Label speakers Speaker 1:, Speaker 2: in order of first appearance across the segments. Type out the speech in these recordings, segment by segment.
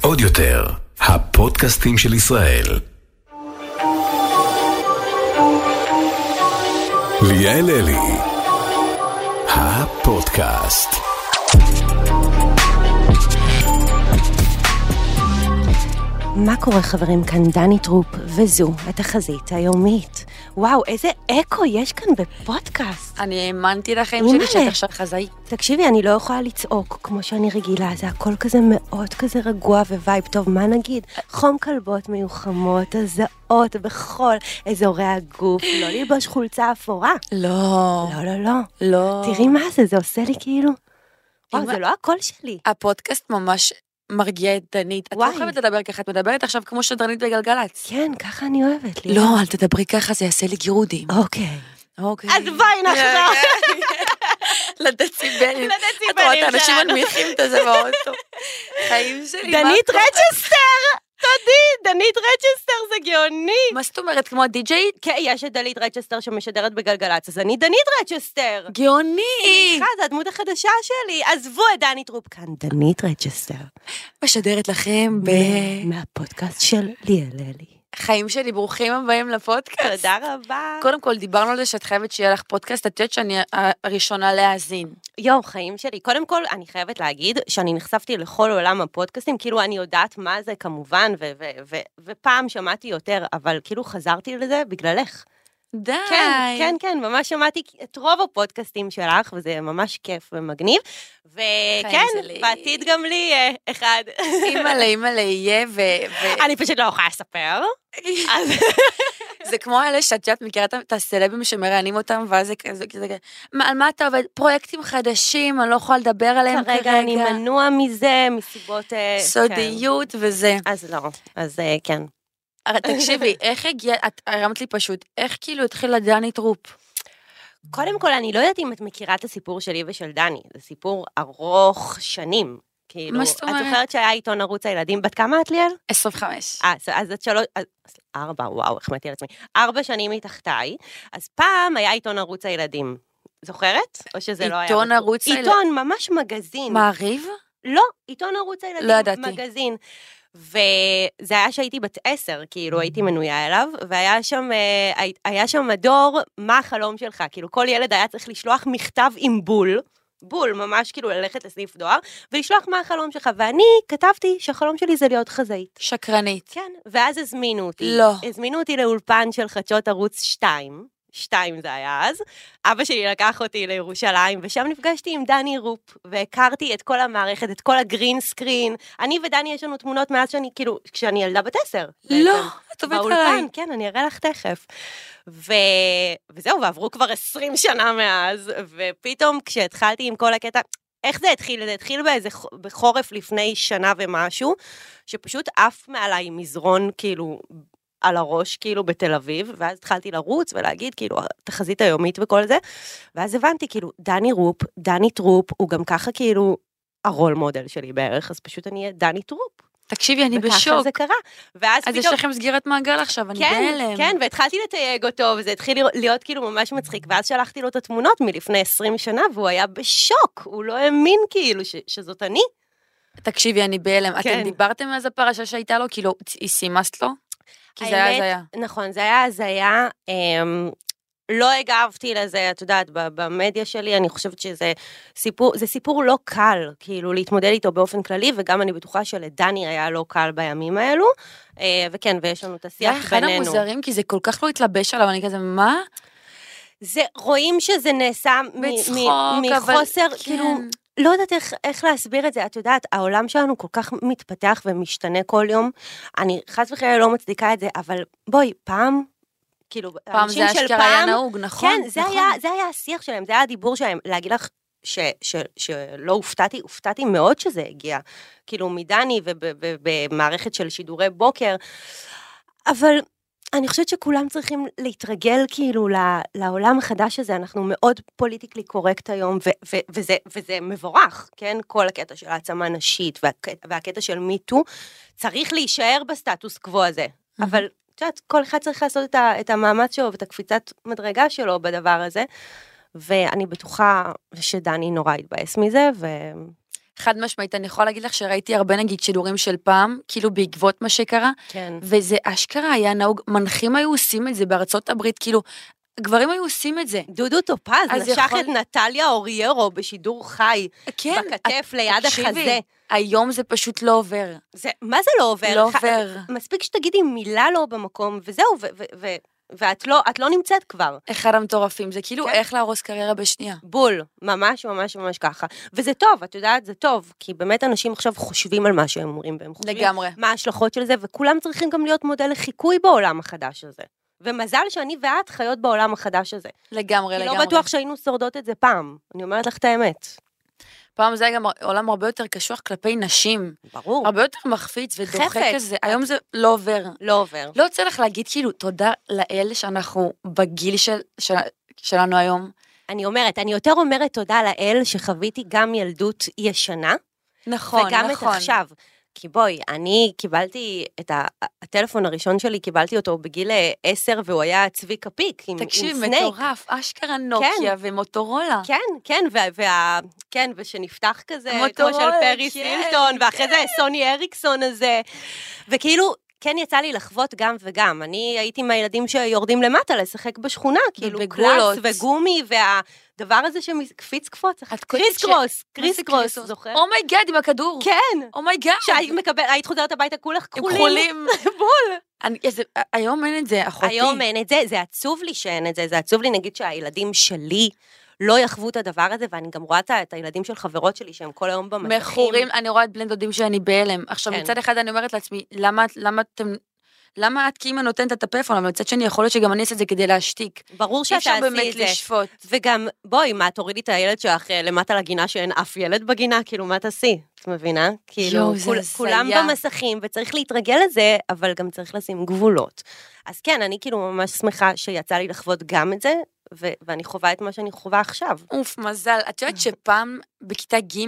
Speaker 1: עוד יותר, הפודקאסטים של ישראל. ליאל אלי, הפודקאסט.
Speaker 2: מה קורה חברים? כאן דני טרופ, וזו התחזית היומית. וואו, איזה אקו יש כאן בפודקאסט.
Speaker 3: אני האמנתי לחיים
Speaker 2: אימא'לה.
Speaker 3: שלי שאת עכשיו חזאי.
Speaker 2: תקשיבי, אני לא יכולה לצעוק כמו שאני רגילה, זה הכל כזה מאוד כזה רגוע ווייב טוב, מה נגיד? חום כלבות מיוחמות, הזעות בכל אזורי הגוף, לא ללבוש חולצה אפורה.
Speaker 3: לא.
Speaker 2: לא, לא, לא.
Speaker 3: לא.
Speaker 2: תראי מה זה, זה עושה לי כאילו... וואו,
Speaker 3: אמא-
Speaker 2: זה לא הקול שלי.
Speaker 3: הפודקאסט ממש מרגיע את דנית. את לא
Speaker 2: וואי.
Speaker 3: חייבת לדבר ככה, את מדברת עכשיו כמו שדרנית בגלגלצ.
Speaker 2: כן, ככה אני אוהבת. לי.
Speaker 3: לא, אל תדברי ככה, זה יעשה לי גירודים.
Speaker 2: אוקיי.
Speaker 3: אוקיי.
Speaker 2: אז בואי נחזור.
Speaker 3: לדציבלים. את רואה את האנשים מנמיכים את זה באוטו. חיים שלי. מה-
Speaker 2: דנית רצ'סטר! תודי, דנית רצ'סטר זה גאוני!
Speaker 3: מה זאת אומרת, כמו הדי-ג'יי?
Speaker 2: כן, יש את דנית רצ'סטר שמשדרת בגלגלצ, אז אני דנית רצ'סטר!
Speaker 3: גאוני!
Speaker 2: סליחה, זו הדמות החדשה שלי, עזבו את דני טרופ כאן, דנית רצ'סטר.
Speaker 3: משדרת לכם ב...
Speaker 2: מהפודקאסט של ליאל אלי.
Speaker 3: חיים שלי, ברוכים הבאים לפודקאסט.
Speaker 2: תודה רבה.
Speaker 3: קודם כל, דיברנו על זה שאת חייבת שיהיה לך פודקאסט, את יודעת שאני הראשונה להאזין.
Speaker 2: יום חיים שלי. קודם כל, אני חייבת להגיד שאני נחשפתי לכל עולם הפודקאסטים, כאילו אני יודעת מה זה כמובן, ו- ו- ו- ופעם שמעתי יותר, אבל כאילו חזרתי לזה בגללך.
Speaker 3: די.
Speaker 2: כן, כן, כן, ממש שמעתי את רוב הפודקאסטים שלך, וזה ממש כיף ומגניב. וכן,
Speaker 3: שלי.
Speaker 2: בעתיד גם לי יהיה אחד.
Speaker 3: אימא'לה, אימא'לה, יהיה, וזה
Speaker 2: אני פשוט לא יכולה לספר. אז
Speaker 3: כמו אלה שאת יודעת, מכירה את ה- את הסלבים שמראיינים אותם, ואז זה כזה, כזה, כזה, "מה, על מה אתה עובד? פרויקטים חדשים, אני לא יכולה לדבר עליהם כרגע.
Speaker 2: כרגע אני מנוע מזה, מסיבות... אה,
Speaker 3: סודיות וזה.
Speaker 2: כן. אז לא, אז אה, כן.
Speaker 3: הרי תקשיבי, איך הגיע, את הרמת לי פשוט, איך כאילו התחילה דני טרופ?
Speaker 2: קודם כל, אני לא יודעת אם את מכירה את הסיפור שלי ושל דני, זה סיפור ארוך שנים. כאילו,
Speaker 3: מה זאת אומרת?
Speaker 2: את זוכרת שהיה עיתון ערוץ הילדים, בת כמה את ליאל?
Speaker 3: 25.
Speaker 2: אה, ס- אז את שלוש, אז- ארבע, וואו, החמאתי על עצמי. ארבע שנים מתחתיי, אז פעם היה עיתון ערוץ הילדים. זוכרת? או שזה לא היה...
Speaker 3: עיתון ערוץ הילדים?
Speaker 2: עיתון, ממש מגזין.
Speaker 3: מעריב?
Speaker 2: לא, עיתון ערוץ הילדים.
Speaker 3: לא ידעתי.
Speaker 2: מגזין. וזה היה שהייתי בת עשר, כאילו,
Speaker 3: Mm.
Speaker 2: הייתי מנויה אליו, והיה שם, אה, הי- היה שם מדור, מה החלום שלך? כאילו, כל ילד היה צריך לשלוח מכתב עם בול, בול, ממש כאילו ללכת לסניף דואר, ולשלוח מה החלום שלך. ואני כתבתי שהחלום שלי זה להיות חזאית.
Speaker 3: שקרנית.
Speaker 2: כן, ואז הזמינו אותי.
Speaker 3: לא.
Speaker 2: הזמינו אותי לאולפן של חדשות ערוץ 2. שתיים זה היה אז. אבא שלי לקח אותי לירושלים, ושם נפגשתי עם דני רופ, והכרתי את כל המערכת, את כל הגרין סקרין. אני ודני, יש לנו תמונות מאז שאני, כאילו, כשאני ילדה בת עשר.
Speaker 3: לא,
Speaker 2: בעצם.
Speaker 3: את עובדת עליי.
Speaker 2: באולפן, כן, אני אראה לך תכף. ו... וזהו, ועברו כבר 20 שנה מאז, ופתאום כשהתחלתי עם כל הקטע, איך זה התחיל? זה התחיל באיזה, ח- בחורף לפני שנה ומשהו, שפשוט עף מעליי מזרון, כאילו, על הראש, כאילו, בתל אביב, ואז התחלתי לרוץ ולהגיד, כאילו, התחזית היומית וכל זה, ואז הבנתי, כאילו, דני רופ, דני טרופ, הוא גם ככה, כאילו, הרול מודל שלי בערך, אז פשוט אני אהיה דני טרופ.
Speaker 3: תקשיבי, אני
Speaker 2: וככה
Speaker 3: בשוק.
Speaker 2: זה קרה. ואז
Speaker 3: אז
Speaker 2: פתאום...
Speaker 3: יש לכם סגירת מעגל עכשיו, אני
Speaker 2: כן,
Speaker 3: בהלם.
Speaker 2: כן, והתחלתי לתייג אותו, וזה התחיל לרא- להיות כאילו ממש מצחיק, ואז שלחתי לו את התמונות מלפני 20 שנה, והוא היה בשוק, הוא לא האמין כאילו ש- שזאת אני.
Speaker 3: תקשיבי, אני בהלם. אתם
Speaker 2: כן.
Speaker 3: דיברתם אז הפרשה שהייתה לו? כאילו, היא סימסת לו? כי זה היה
Speaker 2: האמת,
Speaker 3: הזיה.
Speaker 2: נכון, זה היה הזיה. אמ, לא הגבתי לזה, את יודעת, ב- במדיה שלי, אני חושבת שזה סיפור, זה סיפור לא קל, כאילו, להתמודד איתו באופן כללי, וגם אני בטוחה שלדני היה לא קל בימים האלו. אה, וכן, ויש לנו את
Speaker 3: זה היה
Speaker 2: השיח
Speaker 3: אחד
Speaker 2: בינינו.
Speaker 3: המוזרים, כי זה כל כך לא התלבש עליו, אני כזה, מה?
Speaker 2: זה, רואים שזה נעשה מ- מ-
Speaker 3: בצחוק, אבל...
Speaker 2: מחוסר,
Speaker 3: כן.
Speaker 2: כאילו, לא יודעת איך, איך להסביר את זה. את יודעת, העולם שלנו כל כך מתפתח ומשתנה כל יום. אני חס וחלילה לא מצדיקה את זה, אבל בואי, פעם, כאילו,
Speaker 3: פעם זה
Speaker 2: אנשים של
Speaker 3: אשכרה היה
Speaker 2: פעם-
Speaker 3: נהוג, נכון?
Speaker 2: כן, זה,
Speaker 3: נכון.
Speaker 2: היה, זה היה השיח שלהם, זה היה הדיבור שלהם. להגיד לך ש, ש, שלא הופתעתי, הופתעתי מאוד שזה הגיע. כאילו, מדני ובמערכת של שידורי בוקר. אבל אני חושבת שכולם צריכים להתרגל כאילו ל- לעולם החדש הזה, אנחנו מאוד פוליטיקלי קורקט היום, ו- ו- וזה, וזה מבורך, כן? כל הקטע של העצמה נשית והק- והקטע של מיטו, צריך להישאר בסטטוס קוו הזה.
Speaker 3: Mm-hmm.
Speaker 2: אבל את יודעת, כל אחד צריך לעשות את, ה- את המאמץ שלו ואת הקפיצת מדרגה שלו בדבר הזה, ואני בטוחה שדני נורא התבאס מזה, ו...
Speaker 3: חד משמעית, אני יכולה להגיד לך שראיתי הרבה נגיד שידורים של פעם, כאילו בעקבות מה שקרה,
Speaker 2: כן.
Speaker 3: וזה אשכרה היה נהוג, מנחים היו עושים את זה בארצות הברית, כאילו, גברים היו עושים את זה.
Speaker 2: דודו טופז
Speaker 3: אז
Speaker 2: נשך
Speaker 3: יכול-
Speaker 2: את נטליה אוריירו בשידור חי,
Speaker 3: כן,
Speaker 2: בכתף,
Speaker 3: את-
Speaker 2: ליד
Speaker 3: תקשיבי,
Speaker 2: החזה.
Speaker 3: היום זה פשוט לא עובר.
Speaker 2: זה, מה זה לא עובר?
Speaker 3: לא
Speaker 2: ח-
Speaker 3: עובר.
Speaker 2: מספיק שתגידי מילה לא במקום, וזהו, ו- ו- ו- ואת לא, את לא נמצאת כבר.
Speaker 3: אחד המטורפים, זה כאילו
Speaker 2: כן.
Speaker 3: איך להרוס קריירה בשנייה.
Speaker 2: בול, ממש ממש ממש ככה. וזה טוב, את יודעת, זה טוב, כי באמת אנשים עכשיו חושבים על מה שהם אומרים, והם חושבים
Speaker 3: לגמרי.
Speaker 2: מה ההשלכות של זה, וכולם צריכים גם להיות מודל לחיקוי בעולם החדש הזה. ומזל שאני ואת חיות בעולם החדש הזה.
Speaker 3: לגמרי,
Speaker 2: כי
Speaker 3: לגמרי.
Speaker 2: לא בטוח שהיינו שורדות את זה פעם, אני אומרת לך את האמת.
Speaker 3: פעם זה היה גם עולם הרבה יותר קשוח כלפי נשים.
Speaker 2: ברור.
Speaker 3: הרבה יותר מחפיץ ודוחק
Speaker 2: חפץ.
Speaker 3: כזה. היום זה לא עובר.
Speaker 2: לא עובר.
Speaker 3: לא יוצא לך להגיד כאילו תודה לאל שאנחנו בגיל של, של, שלנו היום.
Speaker 2: אני אומרת, אני יותר אומרת תודה לאל שחוויתי גם ילדות ישנה,
Speaker 3: נכון,
Speaker 2: וגם את עכשיו. כי בואי, אני קיבלתי את ה- הטלפון הראשון שלי, קיבלתי אותו בגיל אה, עשר, והוא היה צביקה פיק, עם, עם
Speaker 3: תקשיב,
Speaker 2: סנייק.
Speaker 3: מטורף, אשכרה נוקיה ומוטורולה.
Speaker 2: כן, כן, וה, וה, כן, ושנפתח כזה, כמו של
Speaker 3: מוטורולה,
Speaker 2: פרי
Speaker 3: כן,
Speaker 2: סילטון, ואחרי זה סוני הריקסון הזה. וכאילו, כן יצא לי לחוות גם וגם. אני הייתי מהילדים שיורדים למטה לשחק בשכונה, כאילו
Speaker 3: ובגולות.
Speaker 2: גלס וגומי, והדבר הזה שמקפיץ קפוץ,
Speaker 3: את קולטת
Speaker 2: קריס
Speaker 3: ש-
Speaker 2: קרוס,
Speaker 3: מה
Speaker 2: קריס
Speaker 3: זה
Speaker 2: קרוס, זוכר?
Speaker 3: אומייגאד עם הכדור.
Speaker 2: כן,
Speaker 3: אומייגאד.
Speaker 2: שהיית מקבל- היית חוזרת הביתה כולך
Speaker 3: עם
Speaker 2: כחולים. בול.
Speaker 3: אני- איזה- היום אין את זה, אחותי.
Speaker 2: היום אה, אין את זה, זה עצוב לי שאין את זה, זה עצוב לי נגיד שהילדים שלי לא יחוו את הדבר הזה, ואני גם רואה את ה- את הילדים של חברות שלי שהם כל היום במסכים.
Speaker 3: מכורים, אני רואה את בני דודים שאני בהלם. עכשיו,
Speaker 2: כן.
Speaker 3: מצד אחד אני אומרת לעצמי, למה את- למה אתם... למה את כאימא נותנת את הפלאפון, אבל מצד שני יכול להיות שגם אני אעשה את זה כדי להשתיק.
Speaker 2: ברור
Speaker 3: אי
Speaker 2: שאתה
Speaker 3: אפשר
Speaker 2: תעשי
Speaker 3: באמת
Speaker 2: את זה.
Speaker 3: לשפוט.
Speaker 2: וגם, בואי, מה, תורידי את הילד שלך אה, למטה לגינה שאין אף ילד בגינה? כאילו, מה תעשי? את מבינה? כאילו,
Speaker 3: יואו, זה
Speaker 2: כול,
Speaker 3: הזיה.
Speaker 2: כולם במסכים, וצריך להתרגל לזה, אבל גם צריך לשים גבולות. אז כן, אני כאילו ממש שמחה שיצא לי לחוות גם את זה, ו- ואני חווה את מה שאני חווה עכשיו.
Speaker 3: אוף, מזל. את יודעת שפעם בכיתה ג'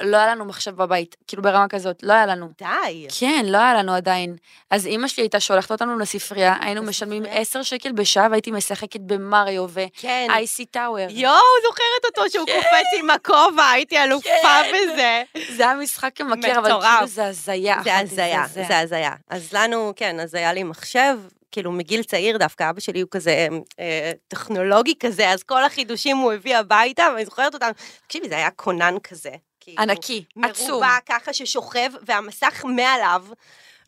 Speaker 3: לא היה לנו מחשב בבית, כאילו ברמה כזאת, לא היה לנו.
Speaker 2: די.
Speaker 3: כן, לא היה לנו עדיין. אז אימא שלי הייתה שולחת אותנו לספרייה, היינו משלמים
Speaker 2: לספרייה?
Speaker 3: 10 שקל בשעה והייתי משחקת במריו
Speaker 2: כן.
Speaker 3: ו-IC טאוור.
Speaker 2: יואו, זוכרת אותו
Speaker 3: כן.
Speaker 2: שהוא קופץ עם הכובע, הייתי אלופה בזה.
Speaker 3: זה היה משחק ממכר, אבל
Speaker 2: מטורף.
Speaker 3: כאילו זה הזיה. אחת,
Speaker 2: זה הזיה, זה הזיה. אז לנו, כן, אז היה לי מחשב, כאילו מגיל צעיר דווקא, אבא שלי הוא כזה אה, אה, טכנולוגי כזה, אז כל החידושים הוא הביא הביתה, ואני זוכרת אותם, תקשיבי, זה היה קונן כזה. כאילו,
Speaker 3: ענקי, עצום.
Speaker 2: מרובע ככה ששוכב, והמסך מעליו,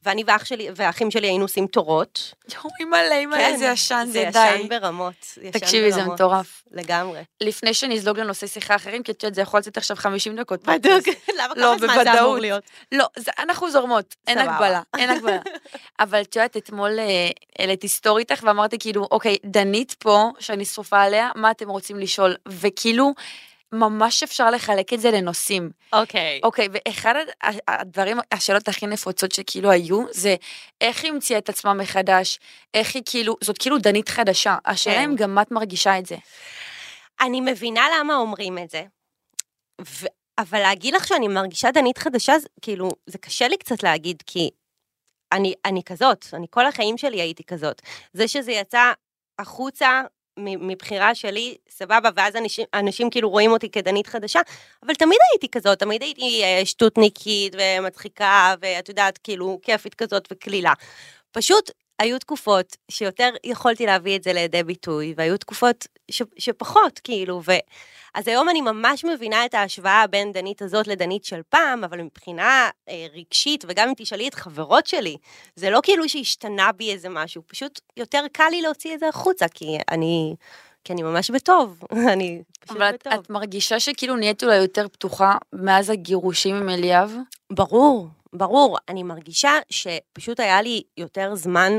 Speaker 2: ואני ואח שלי, והאחים שלי היינו עושים תורות.
Speaker 3: יואו, אימא'לה, אימא'לה, זה ישן, זה
Speaker 2: כן, זה
Speaker 3: די.
Speaker 2: ישן ברמות. זה ישן
Speaker 3: תקשיבי, זה
Speaker 2: ברמות.
Speaker 3: מטורף.
Speaker 2: לגמרי.
Speaker 3: לפני שנזלוג לנושאי שיחה אחרים, כי את יודעת, זה יכול לצאת עכשיו 50 דקות.
Speaker 2: בדיוק. למה
Speaker 3: לא,
Speaker 2: כמה זמן זה אמור
Speaker 3: בוודאות.
Speaker 2: להיות?
Speaker 3: לא, זה- אנחנו זורמות, אין
Speaker 2: סבבה.
Speaker 3: הגבלה, אין הגבלה. אבל את יודעת, אתמול אה, העליתי סטורי איתך ואמרתי כאילו, אוקיי, דנית פה, שאני שרופה עליה, מה אתם רוצים לשאול? וכאילו, ממש אפשר לחלק את זה לנושאים.
Speaker 2: אוקיי.
Speaker 3: אוקיי, ואחד הד- ה- הדברים, השאלות הכי נפוצות שכאילו היו, זה איך היא המציאה את עצמה מחדש, איך היא כאילו, זאת כאילו דנית חדשה. השאלה
Speaker 2: כן.
Speaker 3: אם גם את מרגישה את זה.
Speaker 2: אני מבינה למה אומרים את זה, ו... אבל להגיד לך שאני מרגישה דנית חדשה, זה- כאילו, זה קשה לי קצת להגיד, כי אני, אני כזאת, אני כל החיים שלי הייתי כזאת. זה שזה יצא החוצה מ- מבחירה שלי, סבבה, ואז אנשים, אנשים כאילו רואים אותי כדנית חדשה, אבל תמיד הייתי כזאת, תמיד הייתי אה, שטותניקית ומצחיקה, ואת יודעת, כאילו, כיפית כזאת וקלילה. פשוט היו תקופות שיותר יכולתי להביא את זה לידי ביטוי, והיו תקופות ש, שפחות, כאילו, ו... אז היום אני ממש מבינה את ההשוואה בין דנית הזאת לדנית של פעם, אבל מבחינה אה, רגשית, וגם אם תשאלי את חברות שלי, זה לא כאילו שהשתנה בי איזה משהו, פשוט יותר קל לי להוציא את זה החוצה, כי אני, כי אני ממש בטוב, אני פשוט
Speaker 3: אבל את,
Speaker 2: בטוב.
Speaker 3: את מרגישה שכאילו נהיית אולי יותר פתוחה מאז הגירושים עם אליאב?
Speaker 2: ברור, ברור. אני מרגישה שפשוט היה לי יותר זמן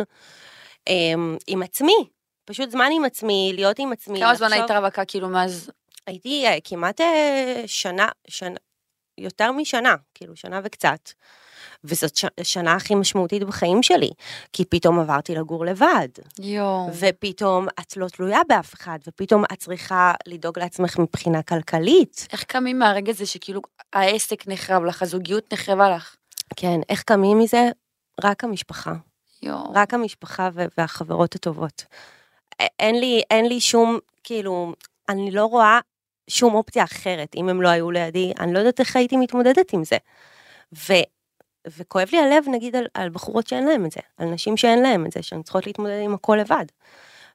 Speaker 2: אמ, עם עצמי. פשוט זמן עם עצמי, להיות עם עצמי.
Speaker 3: כמה זמן
Speaker 2: לחשוב-
Speaker 3: היית רווקה כאילו מאז...
Speaker 2: הייתי אה, כמעט אה, שנה, שנה, יותר משנה, כאילו שנה וקצת. וזאת ש- השנה הכי משמעותית בחיים שלי, כי פתאום עברתי לגור לבד.
Speaker 3: יואו.
Speaker 2: ופתאום את לא תלויה באף אחד, ופתאום את צריכה לדאוג לעצמך מבחינה כלכלית.
Speaker 3: איך קמים מהרגע הזה שכאילו העסק נחרב לך, הזוגיות נחרבה לך?
Speaker 2: כן, איך קמים מזה? רק המשפחה.
Speaker 3: יואו.
Speaker 2: רק המשפחה ו- והחברות הטובות. א- אין לי, אין לי שום, כאילו, אני לא רואה שום אופציה אחרת. אם הם לא היו לידי, אני לא יודעת איך הייתי מתמודדת עם זה. ו, וכואב לי הלב, נגיד, על, על בחורות שאין להן את זה, על נשים שאין להן את זה, שהן צריכות להתמודד עם הכל לבד.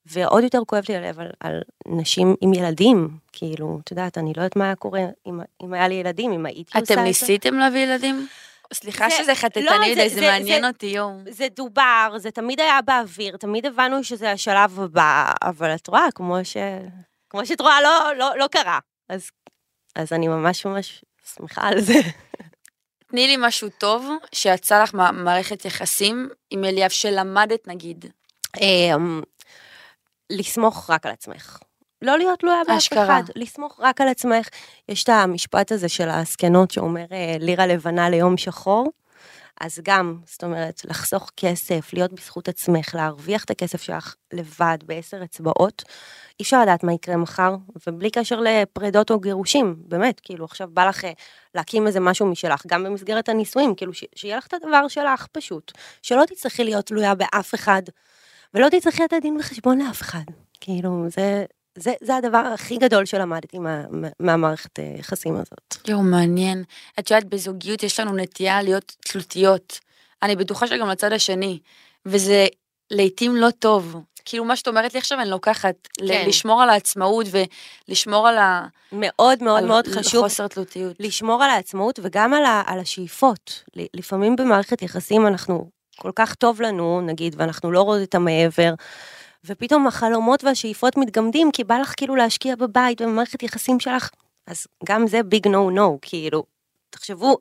Speaker 2: ועוד יותר כואב לי הלב על, על נשים עם ילדים, כאילו, את יודעת, אני לא יודעת מה היה קורה אם, אם היה לי ילדים, אם הייתי עושה את
Speaker 3: אתם
Speaker 2: זה.
Speaker 3: ניסיתם להביא ילדים? סליחה
Speaker 2: זה-
Speaker 3: שזה
Speaker 2: לא,
Speaker 3: חטטני
Speaker 2: זה-
Speaker 3: מדי, זה
Speaker 2: זה-
Speaker 3: מעניין
Speaker 2: זה-
Speaker 3: אותי, יואו.
Speaker 2: זה דובר, זה תמיד היה באוויר, תמיד הבנו שזה השלב הבא, אבל את רואה, כמו, ש... כמו שאת רואה, לא, לא, לא קרה. אז, אז אני ממש ממש שמחה על זה.
Speaker 3: תני לי משהו טוב שיצא לך מהמערכת יחסים עם אליאב שלמדת נגיד.
Speaker 2: אמ, לסמוך רק על עצמך. לא להיות תלויה באף
Speaker 3: אשכרה.
Speaker 2: אחד, לסמוך רק על עצמך. יש את המשפט הזה של הזקנות שאומר אה, לירה לבנה ליום שחור, אז גם, זאת אומרת, לחסוך כסף, להיות בזכות עצמך, להרוויח את הכסף שלך לבד בעשר אצבעות, אי אפשר לדעת מה יקרה מחר, ובלי קשר לפרדות או גירושים, באמת, כאילו עכשיו בא לך אה, להקים איזה משהו משלך, גם במסגרת הנישואים, כאילו ש- שיהיה לך את הדבר שלך פשוט, שלא תצטרכי להיות תלויה באף אחד, ולא תצטרכי לתת דין וחשבון לאף אחד, כאילו זה... זה, זה הדבר הכי גדול שלמדתי מה, מה- מהמערכת אה, יחסים הזאת.
Speaker 3: יואו, מעניין. את יודעת, בזוגיות יש לנו נטייה להיות תלותיות. אני בטוחה שגם לצד השני, וזה לעתים לא טוב. כאילו, מה שאת אומרת לי עכשיו, אני לוקחת.
Speaker 2: כן.
Speaker 3: כן. לשמור על העצמאות ולשמור על ה...
Speaker 2: מאוד מאוד
Speaker 3: על
Speaker 2: מאוד חשוב
Speaker 3: חוסר תלותיות.
Speaker 2: לשמור על העצמאות וגם על, ה, על השאיפות. ל- לפעמים במערכת יחסים אנחנו, כל כך טוב לנו, נגיד, ואנחנו לא רואים את המעבר, ופתאום החלומות והשאיפות מתגמדים, כי בא לך כאילו להשקיע בבית ובמערכת יחסים שלך, אז גם זה ביג נו נו, כאילו, תחשבו,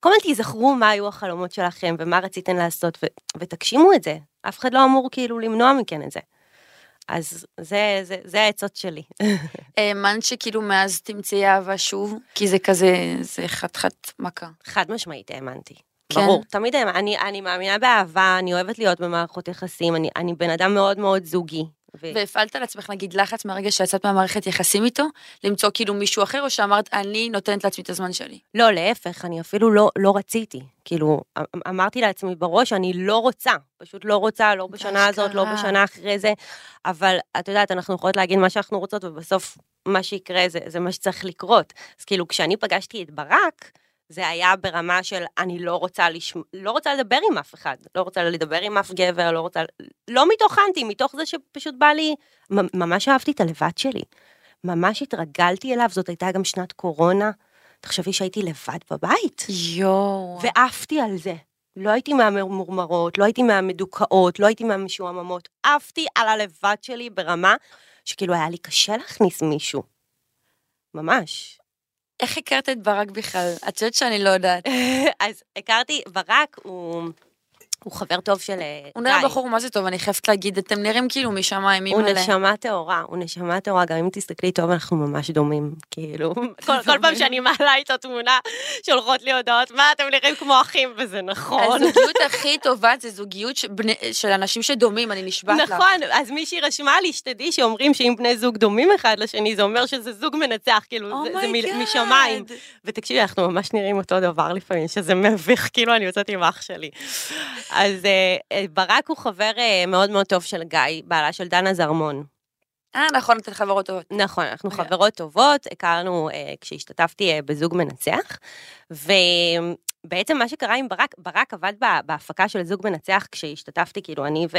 Speaker 2: כל הזמן תיזכרו מה היו החלומות שלכם ומה רציתן לעשות, ו- ותגשימו את זה. אף אחד לא אמור כאילו למנוע מכן את זה. אז זה, זה, זה העצות שלי.
Speaker 3: האמנת אה, שכאילו מאז תמצאי אהבה שוב? כי זה כזה, זה חתיכת מכה.
Speaker 2: חד משמעית האמנתי.
Speaker 3: כן?
Speaker 2: ברור, תמיד האמנתי. אני, אני מאמינה באהבה, אני אוהבת להיות במערכות יחסים, אני, אני בן אדם מאוד מאוד זוגי. ו...
Speaker 3: והפעלת על עצמך נגיד לחץ מהרגע שיצאת מהמערכת יחסים איתו? למצוא כאילו מישהו אחר, או שאמרת, אני נותנת לעצמי את הזמן שלי?
Speaker 2: לא, להפך, אני אפילו לא, לא רציתי. כאילו, אמ- אמרתי לעצמי בראש, אני לא רוצה. פשוט לא רוצה, לא בשנה הזאת, לא
Speaker 3: אשכרה.
Speaker 2: בשנה אחרי זה. אבל את יודעת, אנחנו יכולות להגיד מה שאנחנו רוצות, ובסוף מה שיקרה זה, זה מה שצריך לקרות. אז כאילו, כשאני פגשתי את ברק, זה היה ברמה של אני לא רוצה לשמ... לא רוצה לדבר עם אף אחד, לא רוצה לדבר עם אף גבר, לא רוצה... לא מתוך אנטי, מתוך זה שפשוט בא לי... מ- ממש אהבתי את הלבד שלי. ממש התרגלתי אליו, זאת הייתה גם שנת קורונה. תחשבי שהייתי לבד בבית.
Speaker 3: יואו.
Speaker 2: ועפתי על זה. לא הייתי מהמורמרות, לא הייתי מהמדוכאות, לא הייתי מהמשועממות. עפתי על הלבד שלי ברמה שכאילו היה לי קשה להכניס מישהו. ממש.
Speaker 3: איך הכרת את ברק בכלל? את יודעת שאני לא יודעת.
Speaker 2: אז הכרתי, ברק הוא, הוא חבר טוב של אה,
Speaker 3: הוא נראה
Speaker 2: גיא.
Speaker 3: בחור מה זה טוב, אני חייבת להגיד, אתם נראים כאילו משמיים,
Speaker 2: הוא
Speaker 3: אימא'לה.
Speaker 2: נשמה טהורה, הוא נשמה טהורה, גם אם תסתכלי טוב, אנחנו ממש דומים, כאילו, כל, כל פעם שאני מעלה איתו תמונה, שולחות לי הודעות, מה, אתם נראים כמו אחים, וזה נכון.
Speaker 3: הזוגיות הכי טובה זה זוגיות ש- בני- של אנשים שדומים, אני נשבעת לך.
Speaker 2: נכון, אז מישהי רשמה לי, שתדעי שאומרים שאם בני זוג דומים אחד לשני, זה אומר שזה זוג מנצח,
Speaker 3: Oh
Speaker 2: כאילו, זה, זה מ-
Speaker 3: אומייגאד.
Speaker 2: משמיים. ותקשיבי, אנחנו ממש נראים אותו דבר לפעמים, שזה מביך, כאילו אני יוצאת עם אח שלי. אז אה, אה, ברק הוא חבר אה, מאוד מאוד טוב של גיא, בעלה של דנה זרמון.
Speaker 3: אה, נכון, אתן חברות טובות.
Speaker 2: נכון, אנחנו
Speaker 3: אוקיי.
Speaker 2: חברות טובות, הכרנו אה, כשהשתתפתי אה, בזוג מנצח, ובעצם מה שקרה עם ברק, ברק עבד בה- בהפקה של זוג מנצח כשהשתתפתי, כאילו אני ו...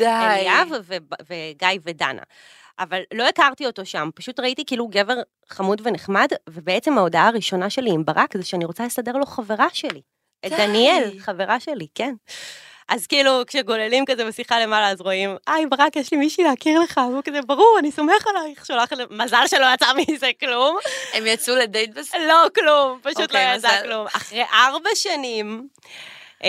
Speaker 2: ואליאב ו- וגיא ודנה. אבל לא הכרתי אותו שם, פשוט ראיתי כאילו גבר חמוד ונחמד, ובעצם ההודעה הראשונה שלי עם ברק זה שאני רוצה לסדר לו חברה שלי. את
Speaker 3: די.
Speaker 2: דניאל, חברה שלי, כן. אז כאילו, כשגוללים כזה בשיחה למעלה, אז רואים, היי, ברק, יש לי מישהי להכיר לך, והוא כזה, ברור, אני סומך עלייך, שולח, ל- מזל שלא יצא מזה כלום.
Speaker 3: הם יצאו לדייט בסוף?
Speaker 2: לא כלום, פשוט לא
Speaker 3: אוקיי,
Speaker 2: יצא
Speaker 3: מזל.
Speaker 2: כלום. אחרי ארבע שנים, אה,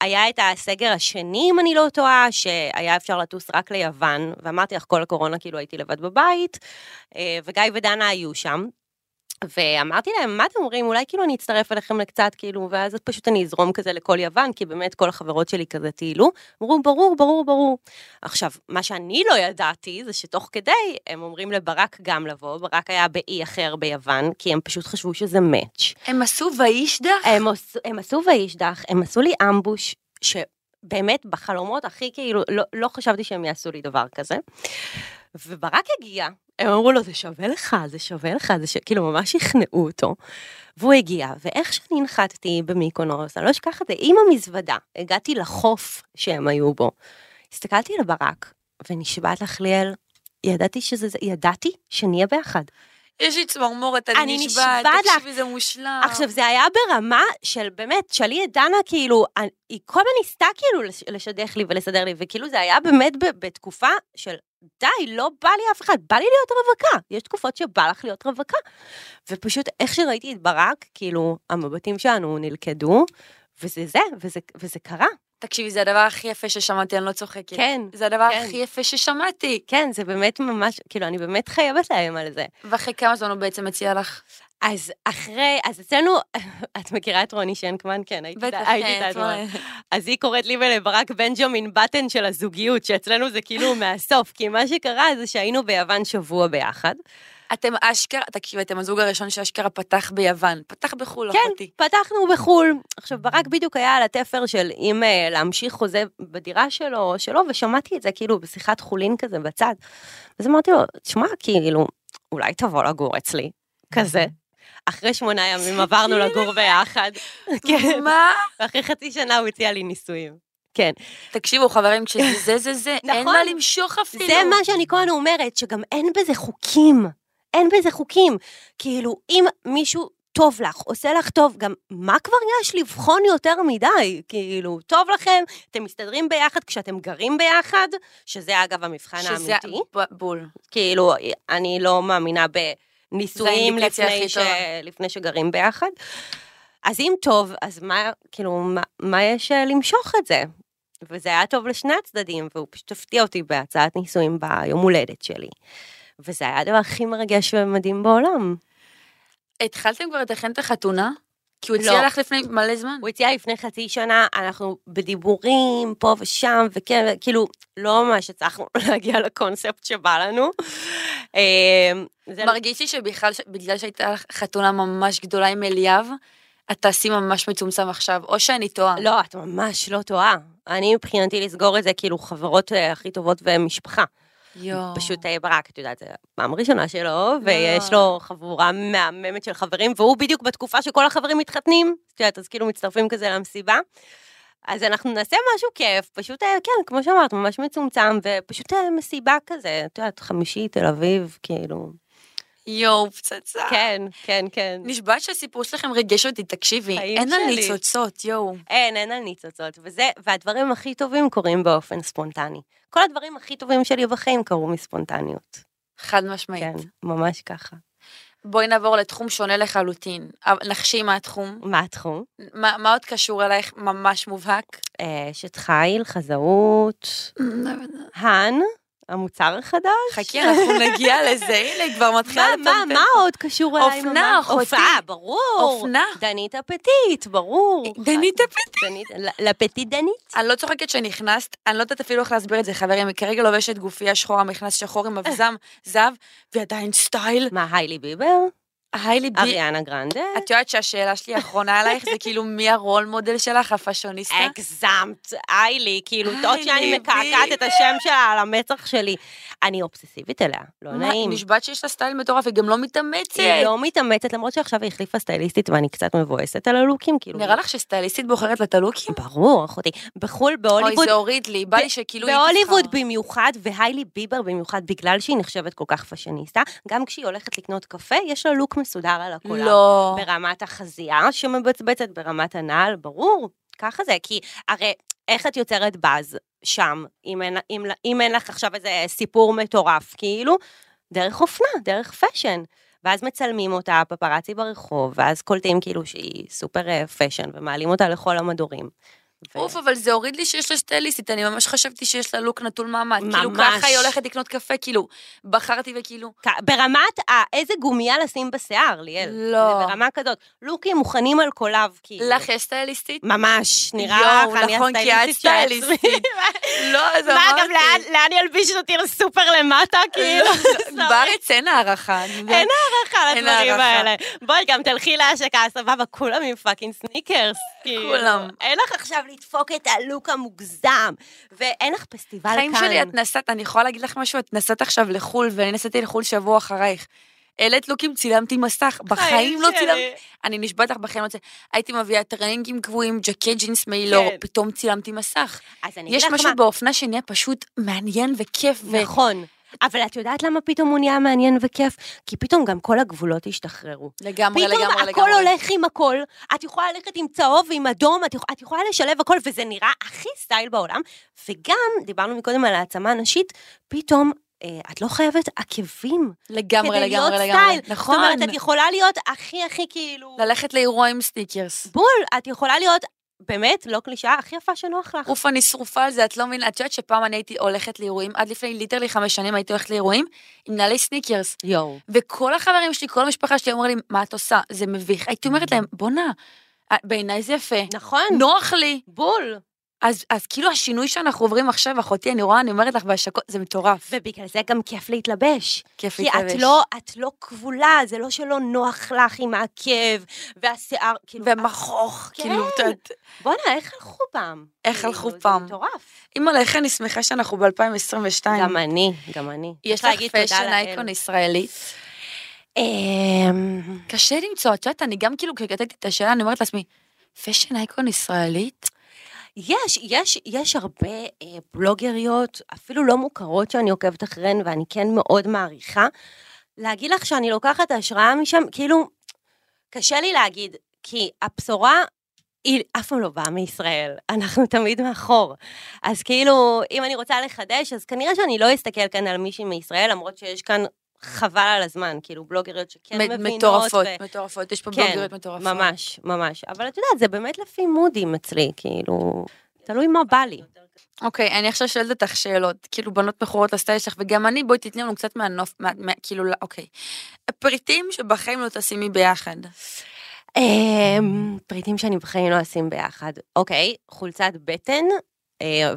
Speaker 2: היה את הסגר השני, אם אני לא טועה, שהיה אפשר לטוס רק ליוון, ואמרתי לך, כל הקורונה כאילו הייתי לבד בבית, אה, וגיא ודנה היו שם. ואמרתי להם, מה אתם אומרים, אולי כאילו אני אצטרף אליכם לקצת, כאילו, ואז פשוט אני אזרום כזה לכל יוון, כי באמת כל החברות שלי כזה טיילו. אמרו, ברור, ברור, ברור. עכשיו, מה שאני לא ידעתי, זה שתוך כדי, הם אומרים לברק גם לבוא, ברק היה באי אחר ביוון, כי הם פשוט חשבו שזה מאץ'.
Speaker 3: הם עשו ואישדך?
Speaker 2: הם, עוש- הם עשו ואישדך, הם עשו לי אמבוש, שבאמת בחלומות הכי כאילו, לא, לא חשבתי שהם יעשו לי דבר כזה. וברק הגיע, הם אמרו לו, זה שווה לך, זה שווה לך, זה ש... כאילו, ממש הכנעו אותו. והוא הגיע, ואיך שאני הנחתתי במיקונוס, אני לא אשכח את זה, עם המזוודה, הגעתי לחוף שהם היו בו. הסתכלתי על ברק, ונשבעת לך, ליאל, ידעתי שזה זה, ידעתי שנהיה ביחד.
Speaker 3: יש לי צמרמורת,
Speaker 2: אני
Speaker 3: אני נשבעת,
Speaker 2: נשבעת לך.
Speaker 3: תקשיבי, זה מושלם.
Speaker 2: עכשיו, זה היה ברמה של באמת, שלי את דנה, כאילו, אני- היא כל הזמן ניסתה כאילו לש- לשדך לי ולסדר לי, וכאילו זה היה באמת ב- בתקופה של, די, לא בא לי אף אחד, בא לי להיות רווקה. יש תקופות שבא לך להיות רווקה. ופשוט, איך שראיתי את ברק, כאילו, המבטים שלנו נלכדו, וזה זה, וזה, וזה קרה.
Speaker 3: תקשיבי, זה הדבר הכי יפה ששמעתי, אני לא צוחקת.
Speaker 2: כן,
Speaker 3: זה הדבר
Speaker 2: כן.
Speaker 3: הכי יפה ששמעתי.
Speaker 2: כן, זה באמת ממש, כאילו, אני באמת חייבת להם על זה.
Speaker 3: ואחרי כמה זמן הוא בעצם מציע לך?
Speaker 2: אז אחרי, אז אצלנו, את מכירה את רוני שנקמן? כן, הייתי איתה- הייתי איתה אתמול. אז היא קוראת לי ולברק בנג'מין בטן של הזוגיות, שאצלנו זה כאילו מהסוף, כי מה שקרה זה שהיינו ביוון שבוע ביחד.
Speaker 3: אתם אשכרה, תקשיבי, אתם הזוג הראשון שאשכרה פתח ביוון. פתח בחו"ל,
Speaker 2: כן,
Speaker 3: אחותי.
Speaker 2: פתחנו בחו"ל. עכשיו, ברק בדיוק היה על התפר של אם אה, להמשיך חוזה בדירה שלו או שלא, ושמעתי את זה כאילו בשיחת חולין כזה בצד. אז אמרתי לו, תשמע, כאילו, אולי תבוא לגור אצלי, כזה. אחרי שמונה ימים עברנו לגור ביחד. כן,
Speaker 3: מה?
Speaker 2: ואחרי חצי שנה הוא הציע לי נישואים. כן.
Speaker 3: תקשיבו, חברים, כשזה זה, זה, זה, אין
Speaker 2: נכון.
Speaker 3: מה למשוך אפילו.
Speaker 2: זה מה שאני כל הזמן אומרת, שגם אין בזה חוקים. אין בזה חוקים. כאילו, אם מישהו טוב לך, עושה לך טוב, גם מה כבר יש לבחון יותר מדי? כאילו, טוב לכם, אתם מסתדרים ביחד כשאתם גרים ביחד, שזה אגב המבחן
Speaker 3: שזה
Speaker 2: האמיתי.
Speaker 3: ב- בול.
Speaker 2: כאילו, אני לא מאמינה
Speaker 3: זה
Speaker 2: בנישואים
Speaker 3: האינדיקציה
Speaker 2: לפני,
Speaker 3: הכי
Speaker 2: ש...
Speaker 3: טובה.
Speaker 2: לפני שגרים ביחד. אז אם טוב, אז מה, כאילו, מה, מה יש אה, למשוך את זה? וזה היה טוב לשני הצדדים, והוא פשוט הפתיע אותי בהצעת נישואים ביום הולדת שלי. וזה היה הדבר הכי מרגש ומדהים בעולם.
Speaker 3: התחלתם כבר לתכן את החתונה? כי הוא
Speaker 2: לא.
Speaker 3: הציע לך לפני מלא זמן.
Speaker 2: הוא הציע לפני חצי שנה, אנחנו בדיבורים פה ושם, וכן, כאילו, לא ממש הצלחנו להגיע לקונספט שבא לנו. אה, זה לא-
Speaker 3: מרגיש לי שבכלל, ש- בגלל שהייתה לך חתונה ממש גדולה עם אליאב, את תעשי ממש מצומצם עכשיו, או שאני טועה.
Speaker 2: לא, את ממש לא טועה. אני מבחינתי לסגור את זה כאילו חברות אה, הכי טובות ומשפחה.
Speaker 3: יואו.
Speaker 2: פשוט אה, ברק, את יודעת, זה פעם ראשונה שלו, ויש לו חבורה מהממת של חברים, והוא בדיוק בתקופה שכל החברים מתחתנים, את יודעת, אז כאילו מצטרפים כזה למסיבה. אז אנחנו נעשה משהו כיף, פשוט, אה, כן, כמו שאמרת, ממש מצומצם, ופשוט אה, מסיבה כזה, את יודעת, חמישי, תל אביב, כאילו.
Speaker 3: יואו, פצצה.
Speaker 2: כן, כן, כן.
Speaker 3: נשבעת שהסיפור שלכם ריגש אותי, תקשיבי.
Speaker 2: חיים
Speaker 3: אין על
Speaker 2: שלי.
Speaker 3: ניצוצות, יואו.
Speaker 2: אין, אין על ניצוצות, וזה, והדברים הכי טובים קורים באופן ספונטני. כל הדברים הכי טובים שלי בחיים קרו מספונטניות.
Speaker 3: חד משמעית.
Speaker 2: כן, ממש ככה.
Speaker 3: בואי נעבור לתחום שונה לחלוטין. אבל נחשי מה התחום,
Speaker 2: מה התחום?
Speaker 3: מה, מה עוד קשור אלייך ממש מובהק?
Speaker 2: אה, אשת חיל, חזאות,
Speaker 3: Mm,
Speaker 2: האן, המוצר החדש.
Speaker 3: חכי, אנחנו נגיע לזה, הנה, היא כבר מתחילה
Speaker 2: מה, מה,
Speaker 3: לפמפם.
Speaker 2: מה עוד קשור אליי?
Speaker 3: אופנה,
Speaker 2: ממש?
Speaker 3: אחותי.
Speaker 2: הופעה, ברור.
Speaker 3: אופנה.
Speaker 2: דנית הפטית, ברור. אה,
Speaker 3: דנית הפטית.
Speaker 2: דנית, לפטית דנית.
Speaker 3: אני לא צוחקת שנכנסת, אני לא יודעת אפילו איך להסביר את זה, חברים, היא כרגע לובשת גופייה שחורה, מכנס שחור עם אבזם, זהב, ועדיין סטייל.
Speaker 2: מה, היילי ביבר?
Speaker 3: היילי בי...
Speaker 2: אריאנה גרנדה?
Speaker 3: את יודעת שהשאלה שלי האחרונה עלייך זה כאילו מי הרול מודל שלך, הפאשוניסטה?
Speaker 2: הגזמת, היילי, כאילו, עוד שאני
Speaker 3: היילי,
Speaker 2: מקעקעת את
Speaker 3: ביבי.
Speaker 2: השם שלה על המצח שלי. אני אובססיבית אליה, לא
Speaker 3: מה, היא
Speaker 2: נעים.
Speaker 3: נשבעת שיש לה סטייל מטורף, היא גם לא מתאמצת.
Speaker 2: היא לא מתאמצת, למרות שעכשיו היא החליפה סטייליסטית ואני קצת מבואסת על הלוקים, כאילו.
Speaker 3: נראה לך שסטייליסטית בוחרת לה את הלוקים?
Speaker 2: ברור, אחותי. בחו"ל,
Speaker 3: אוי,
Speaker 2: בהוליווד,
Speaker 3: זה הוריד לי, בא לי שכאילו היא
Speaker 2: בהוליווד
Speaker 3: תבחר.
Speaker 2: במיוחד, והיילי ביבר במיוחד, בגלל שהיא נחשבת כל כך פאשיניסטה, גם כשהיא הולכת לקנות קפה, יש לה לוק מסודר על הכולם.
Speaker 3: לא.
Speaker 2: ברמת החזייה שמבצבצת, ברמת הנעל, ברור, ככה זה, כי הרי איך את יוצרת באז שם, אם אין, אם, אם אין לך עכשיו איזה סיפור מטורף, כאילו, דרך אופנה, דרך פאשן. ואז מצלמים אותה, פפרצי ברחוב, ואז קולטים כאילו שהיא סופר אה, פאשן, ומעלים אותה לכל המדורים. ו-
Speaker 3: אוף, אבל זה הוריד לי שיש לה סטייליסטית, אני ממש חשבתי שיש לה לוק נטול מעמד. כאילו,
Speaker 2: ממש.
Speaker 3: ככה היא הולכת לקנות קפה, כאילו, בחרתי וכאילו...
Speaker 2: כ- ברמת ה- איזה גומייה לשים בשיער, ליאל.
Speaker 3: לא.
Speaker 2: זה ברמה כזאת. לוקים מוכנים על קולב, כאילו.
Speaker 3: לך יש סטייליסטית?
Speaker 2: ממש, נראה
Speaker 3: יואו,
Speaker 2: לך, אני
Speaker 3: נכון, כי את
Speaker 2: הסטייליסטית של עצמי.
Speaker 3: סטייליסטית. לא, אז
Speaker 2: מה,
Speaker 3: אמרתי.
Speaker 2: גם לאן- לאן ילביש אותי לסופר למטה, כאילו?
Speaker 3: לא, בארץ אין הערכה. אני יודעת.
Speaker 2: אין הערכה
Speaker 3: אין
Speaker 2: לדברים
Speaker 3: הערכה.
Speaker 2: האלה. בואי, גם תלכי להשקה, סבבה, כולם עם פאקינג סניקרס. כאילו.
Speaker 3: כולם.
Speaker 2: אין לך עכשיו לדפוק את הלוק המוגזם, ואין לך פסטיבל
Speaker 3: חיים
Speaker 2: כאן.
Speaker 3: שלי, את נסעת, אני יכולה להגיד לך משהו, את נסעת עכשיו לחו"ל, ואני נסעתי לחו"ל שבוע אחרייך. העלית לוקים, צילמתי מסך, בחיים לא
Speaker 2: שלי.
Speaker 3: צילמתי, אני נשבעת לך, בחיים לא צילמתי, הייתי מביאה טרנגים קבועים, ג'קט ג'ינס מיילור,
Speaker 2: כן.
Speaker 3: פתאום צילמתי מסך.
Speaker 2: אז אני אגיד
Speaker 3: יש
Speaker 2: לך
Speaker 3: משהו
Speaker 2: מה-
Speaker 3: באופנה שנהיה פשוט מעניין וכיף, ו-
Speaker 2: נכון. אבל את יודעת למה פתאום הוא נהיה מעניין וכיף? כי פתאום גם כל הגבולות השתחררו.
Speaker 3: לגמרי,
Speaker 2: פתאום
Speaker 3: לגמרי, לגמרי.
Speaker 2: הכל הולך עם הכל, את יכולה ללכת עם צהוב ועם אדום, את, יכולה, את יכולה לשלב הכל, וזה נראה הכי סטייל בעולם. וגם, דיברנו מקודם על העצמה הנשית, פתאום אה, את לא חייבת עקבים
Speaker 3: לגמרי,
Speaker 2: כדי
Speaker 3: לגמרי,
Speaker 2: להיות
Speaker 3: לגמרי.
Speaker 2: סטייל.
Speaker 3: נכון.
Speaker 2: זאת אומרת, את יכולה להיות הכי הכי כאילו...
Speaker 3: ללכת לאירוע עם סטיקרס.
Speaker 2: בול, את יכולה להיות, באמת, לא קלישאה, הכי יפה שנוח לך.
Speaker 3: אוף, אני שרופה על זה, את לא מבינה. את יודעת שפעם אני הייתי הולכת לאירועים, עד לפני ליטרלי חמש שנים הייתי הולכת לאירועים עם נעלי סניקרס.
Speaker 2: יואו.
Speaker 3: וכל החברים שלי, כל המשפחה שלי אמרו לי, מה את עושה? זה מביך. הייתי אומרת להם, בואנה, אה, בעיניי זה יפה.
Speaker 2: נכון,
Speaker 3: נוח לי.
Speaker 2: בול.
Speaker 3: אז, אז כאילו השינוי שאנחנו עוברים עכשיו, אחותי, אני רואה, אני אומרת לך בהשקות, זה מטורף.
Speaker 2: ובגלל זה גם כיף להתלבש.
Speaker 3: כיף
Speaker 2: כי את לא, את לא כבולה, זה לא שלא נוח לך עם העקב, והשיער, כאילו...
Speaker 3: ומכוך,
Speaker 2: כן.
Speaker 3: כאילו, את יודעת.
Speaker 2: בואנה, איך הלכו פעם?
Speaker 3: איך
Speaker 2: כאילו,
Speaker 3: הלכו
Speaker 2: זה
Speaker 3: פעם?
Speaker 2: מטורף.
Speaker 3: אימא'לה, איך אני שמחה שאנחנו ב-2022.
Speaker 2: גם אני, גם אני.
Speaker 3: יש
Speaker 2: צריך
Speaker 3: לך
Speaker 2: להגיד תודה
Speaker 3: פשן
Speaker 2: לאל.
Speaker 3: אייקון ישראלית.
Speaker 2: אמ,
Speaker 3: קשה למצוא, את יודעת, אני גם כאילו, כשקטעתי את השאלה, אני אומרת לעצמי, פשן אייקון ישראלית?
Speaker 2: יש, יש, יש הרבה אה, בלוגריות, אפילו לא מוכרות שאני עוקבת אחריהן, ואני כן מאוד מעריכה. להגיד לך שאני לוקחת השראה משם, כאילו, קשה לי להגיד, כי הבשורה היא אף פעם לא באה מישראל, אנחנו תמיד מאחור. אז כאילו, אם אני רוצה לחדש, אז כנראה שאני לא אסתכל כאן על מישהי מישראל, למרות שיש כאן חבל על הזמן, כאילו, בלוגריות שכן
Speaker 3: מ-
Speaker 2: מבינות.
Speaker 3: מטורפות,
Speaker 2: ו-
Speaker 3: מטורפות, יש פה
Speaker 2: כן,
Speaker 3: בלוגריות מטורפות.
Speaker 2: ממש, ממש. אבל את יודעת, זה באמת לפי מודים אצלי, כאילו, תלוי מה בא לי.
Speaker 3: אוקיי, אני עכשיו שואלת אותך שאלות, כאילו בנות מכורות לסטייל שלך, וגם אני, בואי תתני לנו קצת מהנוף, מה- מה- כאילו, לא- אוקיי. פריטים שבחיים לא תשימי ביחד.
Speaker 2: אמ, פריטים שאני בחיים לא אשים ביחד. אוקיי, חולצת בטן אה,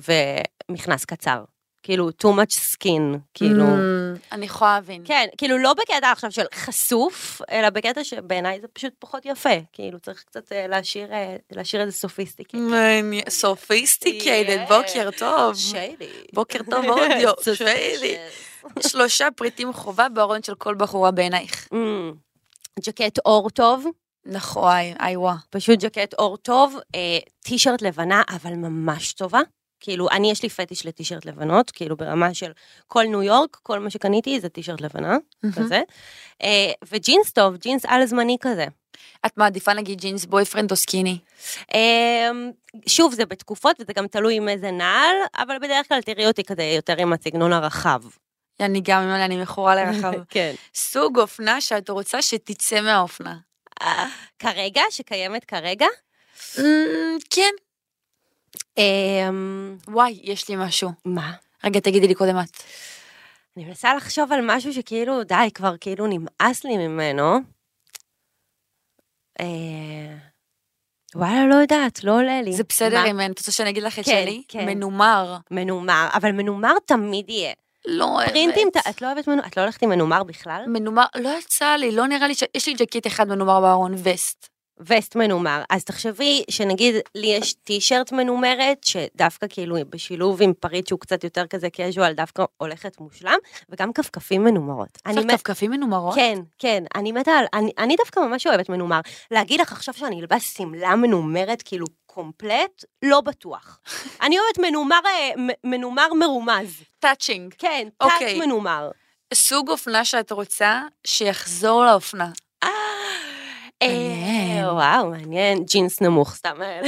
Speaker 2: ומכנס קצר. כאילו, too much skin, כאילו.
Speaker 3: Mm, אני יכולה להבין.
Speaker 2: כן, כאילו לא בקטע עכשיו של חשוף, אלא בקטע שבעיניי זה פשוט פחות יפה. כאילו, צריך קצת אה, להשאיר, אה, להשאיר איזה
Speaker 3: כן.
Speaker 2: סופיסטיקה.
Speaker 3: מעניין, סופיסטיקיידד,
Speaker 2: Yeah.
Speaker 3: בוקר טוב.
Speaker 2: שיילי.
Speaker 3: בוקר טוב אודיו,
Speaker 2: סוס-
Speaker 3: שיילי. שלושה פריטים חובה בארון של כל בחורה בעינייך.
Speaker 2: אמ, ג'קט אור טוב.
Speaker 3: נכון, איי, איי וואה.
Speaker 2: פשוט ג'קט אור טוב, אה, טישרט לבנה, אבל ממש טובה. כאילו, אני יש לי פטיש לטישרט לבנות, כאילו ברמה של כל ניו יורק, כל מה שקניתי זה טישרט לבנה, כזה. אה, וג'ינס טוב, ג'ינס על זמני כזה.
Speaker 3: את מעדיפה נגיד ג'ינס בויפרנד או סקיני?
Speaker 2: אה, שוב, זה בתקופות וזה גם תלוי עם איזה נעל, אבל בדרך כלל תראי אותי כזה יותר עם הסגנון הרחב.
Speaker 3: אני גם, אימא'לה, אני מכורה לרחב.
Speaker 2: כן.
Speaker 3: סוג אופנה שאת רוצה שתצא מהאופנה.
Speaker 2: אה, כרגע, שקיימת כרגע,
Speaker 3: אמ, כן.
Speaker 2: אה,
Speaker 3: וואי, יש לי משהו.
Speaker 2: מה?
Speaker 3: רגע, תגידי לי קודם את.
Speaker 2: אני מנסה לחשוב על משהו שכאילו, די, כבר כאילו נמאס לי ממנו. אה, וואלה, לא יודעת, לא עולה לי.
Speaker 3: זה בסדר
Speaker 2: מה?
Speaker 3: אם אין, את רוצה שאני אגיד לך את
Speaker 2: כן,
Speaker 3: שלי?
Speaker 2: כן.
Speaker 3: מנומר.
Speaker 2: מנומר, אבל מנומר תמיד יהיה.
Speaker 3: לא אוהבת.
Speaker 2: פרינטים, ת- את לא אוהבת מנומר, את לא הולכת עם מנומר בכלל?
Speaker 3: מנומר, לא יצא לי, לא נראה לי ש... יש לי ג'קט אחד מנומר בארון, וסט.
Speaker 2: וסט מנומר. אז תחשבי שנגיד לי יש טישרט מנומרת, שדווקא כאילו בשילוב עם פריט שהוא קצת יותר כזה קז'ואל, דווקא הולכת מושלם, וגם כפכפים מנומרות.
Speaker 3: יש
Speaker 2: אני
Speaker 3: לך
Speaker 2: מתה-
Speaker 3: כפכפים מנומרות?
Speaker 2: כן, כן, אני מתה על... אני, אני דווקא ממש אוהבת מנומר. להגיד לך עכשיו שאני אלבש שמלה מנומרת, כאילו קומפלט, לא בטוח. אני אוהבת מנומר, אה, מ- מנומר מרומז.
Speaker 3: טאצ'ינג.
Speaker 2: כן, טאץ'
Speaker 3: אוקיי.
Speaker 2: מנומר.
Speaker 3: סוג אופנה שאת רוצה שיחזור לאופנה. מעניין.
Speaker 2: אה, וואו, מעניין, ג'ינס נמוך, סתם. אה,